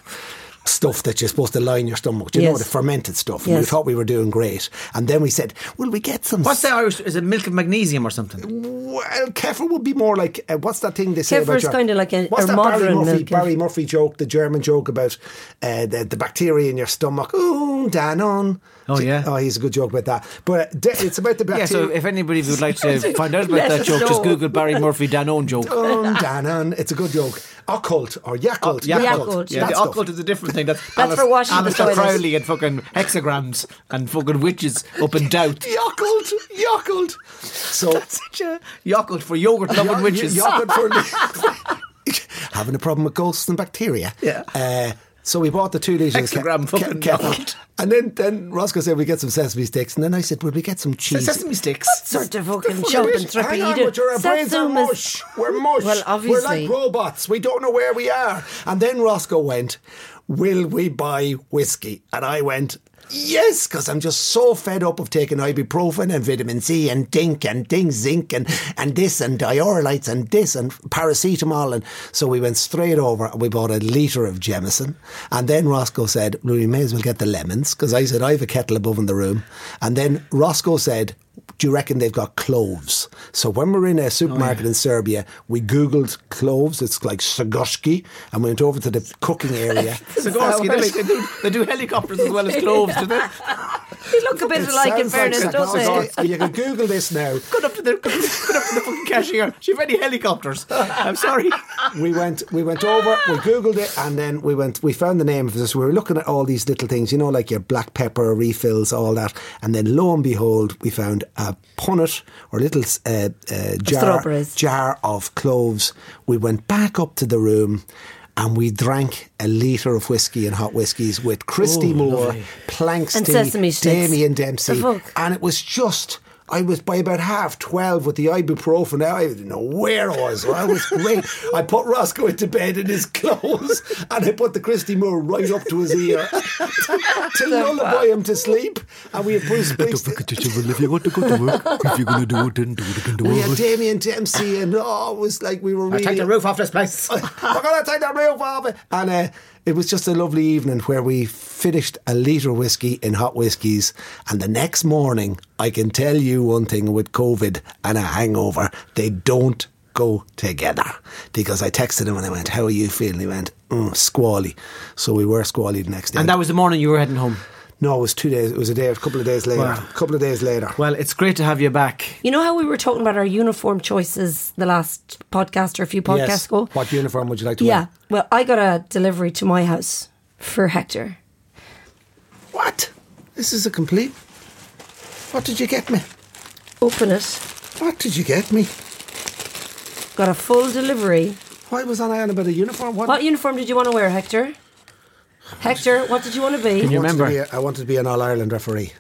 Speaker 5: stuff that you're supposed to line your stomach. Do you know
Speaker 4: Yes.
Speaker 5: the fermented stuff? And we
Speaker 4: Yes.
Speaker 5: thought we were doing great. And then we said, will we get some...
Speaker 8: What's the Irish? Is it milk of magnesium or something?
Speaker 5: Well, kefir would be more like uh, what's that thing they say about
Speaker 4: Kefir's
Speaker 5: your-
Speaker 4: kinda like a-
Speaker 5: what's
Speaker 4: a
Speaker 5: that Barry
Speaker 4: modern
Speaker 5: Murphy,
Speaker 4: milk, yeah.
Speaker 5: Barry Murphy joke, the German joke about uh, the, the bacteria in your stomach. Ooh, Danone.
Speaker 3: Oh, yeah.
Speaker 5: Oh, he's a good joke about that. But de- it's about the
Speaker 3: Yeah, so
Speaker 5: bacteria.
Speaker 3: if anybody would like to find out about
Speaker 4: Let
Speaker 3: that
Speaker 4: us
Speaker 3: joke, just
Speaker 4: know.
Speaker 3: Google Barry Murphy Danone joke.
Speaker 5: Ooh, Danone. It's a good joke. Occult or
Speaker 4: Yakult.
Speaker 5: Yakult. That
Speaker 4: Yeah,
Speaker 8: the
Speaker 5: stuff.
Speaker 8: occult is a different thing. That's,
Speaker 4: That's for washing the
Speaker 3: Alistair
Speaker 4: toilets.
Speaker 3: Crowley and fucking hexagrams and fucking witches up in doubt.
Speaker 5: Yakult. Yakult. So
Speaker 3: Such a yoghurt for yogurt loving
Speaker 5: Yo-
Speaker 3: witches.
Speaker 5: yo- yogurt for- having a problem with ghosts and bacteria.
Speaker 8: Yeah.
Speaker 5: Uh, so we bought the two litres of
Speaker 8: Hexagram fucking yogurt.
Speaker 5: And then, then Roscoe said, we get some sesame sticks. And then I said, well, we get some cheese.
Speaker 8: Sesame sticks.
Speaker 4: Sort of
Speaker 5: The
Speaker 4: fucking
Speaker 5: fuck
Speaker 4: jump
Speaker 5: it
Speaker 4: and
Speaker 5: is.
Speaker 4: trip
Speaker 5: Hang on,
Speaker 4: eater.
Speaker 5: but your brains are
Speaker 4: Satsumas.
Speaker 5: mush. We're mush.
Speaker 4: Well,
Speaker 5: We're
Speaker 4: obviously.
Speaker 5: like robots. We don't know where we are. And then Roscoe went, Will we buy whiskey? And I went, Yes, because I'm just so fed up of taking ibuprofen and vitamin C and dink and ding zinc and, and this and diorolites and this and paracetamol. And so we went straight over and we bought a litre of Jemison. And then Roscoe said, well, We may as well get the lemons because I said, I have a kettle above in the room. And then Roscoe said, do you reckon they've got cloves? So when we were in a supermarket in Serbia, we Googled cloves. It's like Sagoshki, and we went over to the cooking area.
Speaker 8: Sikorsky, they, make- they do, they do helicopters as well as cloves, do they?
Speaker 4: They look a bit alike in
Speaker 5: Sounds like
Speaker 4: fairness, don't they?
Speaker 5: Sagorsky. You can Google this now.
Speaker 8: Good up to the, good up to the fucking cashier. She had any helicopters. I'm sorry.
Speaker 5: we went we went over, we googled it, and then we went we found the name of this. We were looking at all these little things, you know, like your black pepper refills, all that, and then lo and behold, we found a punnet or a little uh, uh, jar
Speaker 4: Strawberries.
Speaker 5: jar of cloves. We went back up to the room. And we drank a litre of whiskey and hot whiskies with Christy Moore, Planksty,
Speaker 4: And sesame sticks.
Speaker 5: Damien Dempsey.
Speaker 4: The fuck?
Speaker 5: And it was just, I was by about half 12 with the ibuprofen. I didn't know where I was. I was great. I put Roscoe into bed in his clothes and I put the Christy Moore right up to his ear to, to lullaby him to sleep. And we had Bruce Springsteen.
Speaker 9: if you want to go to work, if you're going to do it, then do it. You can do
Speaker 5: We had Damien Dempsey and oh, it was like we were really.
Speaker 8: off this place.
Speaker 5: We're going to take that real Bob. And uh, it was just a lovely evening where we finished a litre of whiskey in hot whiskies. And the next morning, I can tell you one thing with COVID and a hangover, they don't go together. Because I texted him and I went, How are you feeling? He went, mm, Squally. So we were squally the next day.
Speaker 3: And that was the morning you were heading home.
Speaker 5: no, it was two days. It was a day, a couple of days later. A couple of days later.
Speaker 3: Well, it's great to have you back.
Speaker 4: You know how we were talking about our uniform choices the last podcast or a few podcasts
Speaker 5: Yes.
Speaker 4: ago?
Speaker 5: What uniform would you like to
Speaker 4: Yeah.
Speaker 5: wear?
Speaker 4: Well, I got a delivery to my house for Hector.
Speaker 5: What? This is a complete. What did you get me?
Speaker 4: Open it.
Speaker 5: What did you get me?
Speaker 4: Got a full delivery.
Speaker 5: Why was I on about a uniform? What?
Speaker 4: What uniform did you want to wear, Hector? Hector, what did you want to be?
Speaker 5: I
Speaker 3: you
Speaker 5: wanted to
Speaker 3: remember?
Speaker 5: be a- I wanted to be an All Ireland referee.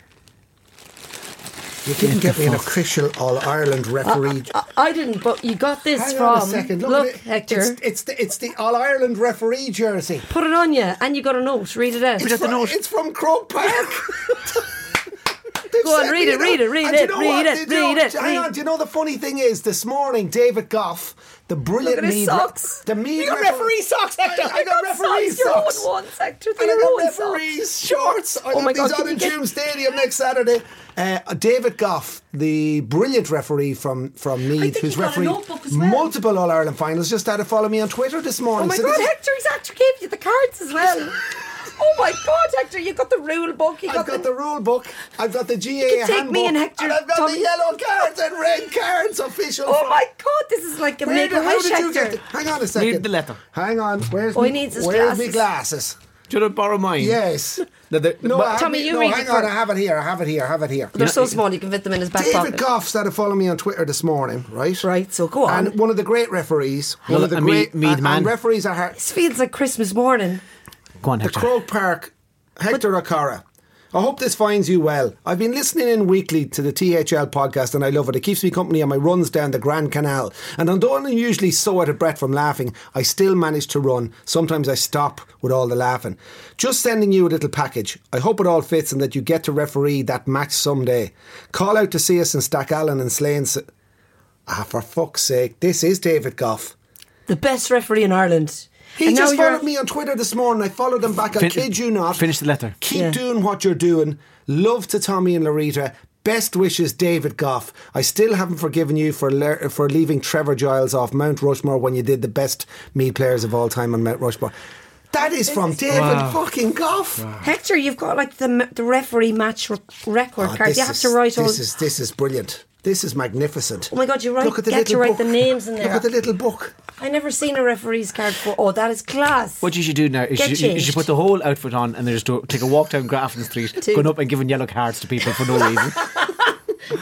Speaker 5: You didn't get, me an official All Ireland
Speaker 4: Uh,
Speaker 5: referee.
Speaker 4: I, I didn't, but you got this
Speaker 5: Hang
Speaker 4: from.
Speaker 5: on a second. Look, at it.
Speaker 4: Hector,
Speaker 5: It's, it's the, it's the All Ireland referee jersey.
Speaker 4: put it on you, and you got a note. Read it out.
Speaker 5: It's from, it's from Croke Park. They've
Speaker 4: Go on,
Speaker 5: sent
Speaker 4: read
Speaker 5: me
Speaker 4: it, read
Speaker 5: note.
Speaker 4: it, read
Speaker 5: And do
Speaker 4: it,
Speaker 5: you know
Speaker 4: read
Speaker 5: what?
Speaker 4: it,
Speaker 5: They do.
Speaker 4: read it,
Speaker 5: Hang
Speaker 4: read-
Speaker 5: on, do you know the funny thing is this morning, David Goff, the brilliant
Speaker 4: at his
Speaker 5: Mead
Speaker 4: socks.
Speaker 5: The Mead
Speaker 4: You got
Speaker 5: refer-
Speaker 4: referee socks, Hector.
Speaker 5: I, I got referee
Speaker 4: socks. You're
Speaker 5: socks.
Speaker 4: on one sector,
Speaker 5: And I
Speaker 4: you're on
Speaker 5: got
Speaker 4: socks.
Speaker 5: referees shorts. I
Speaker 4: Oh
Speaker 5: got
Speaker 4: my God,
Speaker 5: these
Speaker 4: can
Speaker 5: on
Speaker 4: you
Speaker 5: in
Speaker 4: get-
Speaker 5: June Stadium next Saturday. Uh, David Goff, the brilliant referee from from Mead,
Speaker 4: think
Speaker 5: who's
Speaker 4: he got a
Speaker 5: refereed
Speaker 4: notebook as well.
Speaker 5: multiple All Ireland finals, just started following me on Twitter this
Speaker 4: Oh
Speaker 5: morning.
Speaker 4: my
Speaker 5: So
Speaker 4: god,
Speaker 5: this is-
Speaker 4: Hector, he's actually gave you the cards as well. oh my god, Hector, you got the rule book. You
Speaker 5: I've
Speaker 4: got,
Speaker 5: got
Speaker 4: the,
Speaker 5: the rule book. I've got the GA
Speaker 4: can take
Speaker 5: handbook.
Speaker 4: me and Hector,
Speaker 5: I've got
Speaker 4: Tommy.
Speaker 5: the yellow cards and red cards official.
Speaker 4: Oh my god, this is like a
Speaker 5: Where
Speaker 4: make
Speaker 5: the-
Speaker 4: a
Speaker 5: how
Speaker 4: wish,
Speaker 5: did you
Speaker 4: Hector.
Speaker 5: get the- Hang on a second.
Speaker 3: the letter.
Speaker 5: Hang on. Where's
Speaker 4: Oh,
Speaker 5: me,
Speaker 4: he needs his
Speaker 5: where's me
Speaker 4: glasses.
Speaker 5: glasses?
Speaker 3: Do you want to borrow mine?
Speaker 5: Yes.
Speaker 3: The- the-
Speaker 5: no,
Speaker 3: but-
Speaker 5: I have
Speaker 4: Tommy,
Speaker 5: it-
Speaker 4: you
Speaker 5: no,
Speaker 4: read it
Speaker 5: hang on.
Speaker 4: first.
Speaker 5: I have it here. I have it here. I have it here.
Speaker 4: They're so small, you can fit them in his back
Speaker 5: David
Speaker 4: pocket.
Speaker 5: Goff started following me on Twitter this morning, right?
Speaker 4: Right, so go on.
Speaker 5: And one of the great referees, one
Speaker 3: Well,
Speaker 5: of the
Speaker 3: a
Speaker 5: great
Speaker 3: Mead- Mead
Speaker 5: and,
Speaker 3: man.
Speaker 5: and referees are her,
Speaker 4: This feels like Christmas morning.
Speaker 3: Go on,
Speaker 5: the
Speaker 3: Hector.
Speaker 5: Croke Park, Hector O'Cara. I hope this finds you well. I've been listening in weekly to the THL podcast and I love it. It keeps me company on my runs down the Grand Canal. And although I'm usually so out of breath from laughing, I still manage to run. Sometimes I stop with all the laughing. Just sending you a little package. I hope it all fits and that you get to referee that match someday. Call out to see us in Stackhallen and Slane. S- Ah, for fuck's sake, this is David Goff.
Speaker 4: The best referee in Ireland.
Speaker 5: He
Speaker 4: And now
Speaker 5: just
Speaker 4: you're-
Speaker 5: followed me on Twitter this morning. I followed him back. I
Speaker 3: Fin-
Speaker 5: kid you not.
Speaker 3: Finish the letter.
Speaker 5: Keep
Speaker 4: Yeah.
Speaker 5: doing what you're doing. Love to Tommy and Larita. Best wishes, David Goff. I still haven't forgiven you for le- for leaving Trevor Giles off Mount Rushmore when you did the best me players of all time on Mount Rushmore. That is from David fucking Goff.
Speaker 4: Hector, you've got like the m- the referee match re- record
Speaker 5: Oh,
Speaker 4: card.
Speaker 5: this
Speaker 4: You have
Speaker 5: is-
Speaker 4: to write all.
Speaker 5: This is this is brilliant. This is magnificent.
Speaker 4: Oh my God, you write-
Speaker 5: Look at the
Speaker 4: get to
Speaker 5: little
Speaker 4: write the
Speaker 5: book.
Speaker 4: names in
Speaker 5: Look
Speaker 4: there.
Speaker 5: at the little book.
Speaker 4: I never seen a referee's card before. Oh, that is class.
Speaker 3: What you should do now
Speaker 4: Get
Speaker 3: is you, you- you should
Speaker 4: changed.
Speaker 3: put the whole outfit on and then just do, take a walk down Grafton Street,
Speaker 4: Two.
Speaker 3: going up and giving yellow cards to people for no reason.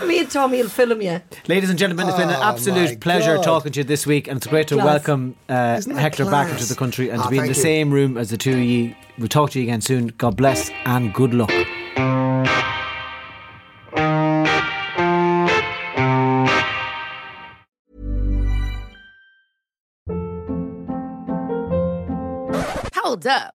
Speaker 4: Me and Tommy will film you.
Speaker 3: Ladies and gentlemen, it's been an
Speaker 5: Oh, my
Speaker 3: absolute pleasure
Speaker 5: God.
Speaker 3: talking to you this week, and it's great to
Speaker 4: Class.
Speaker 3: welcome uh,
Speaker 5: Isn't that
Speaker 3: Hector back
Speaker 5: class?
Speaker 3: into the country and
Speaker 5: Ah,
Speaker 3: to be in the
Speaker 5: thank you.
Speaker 3: same room as the two of you. We'll talk to you again soon. God bless and good luck.
Speaker 10: Hold up.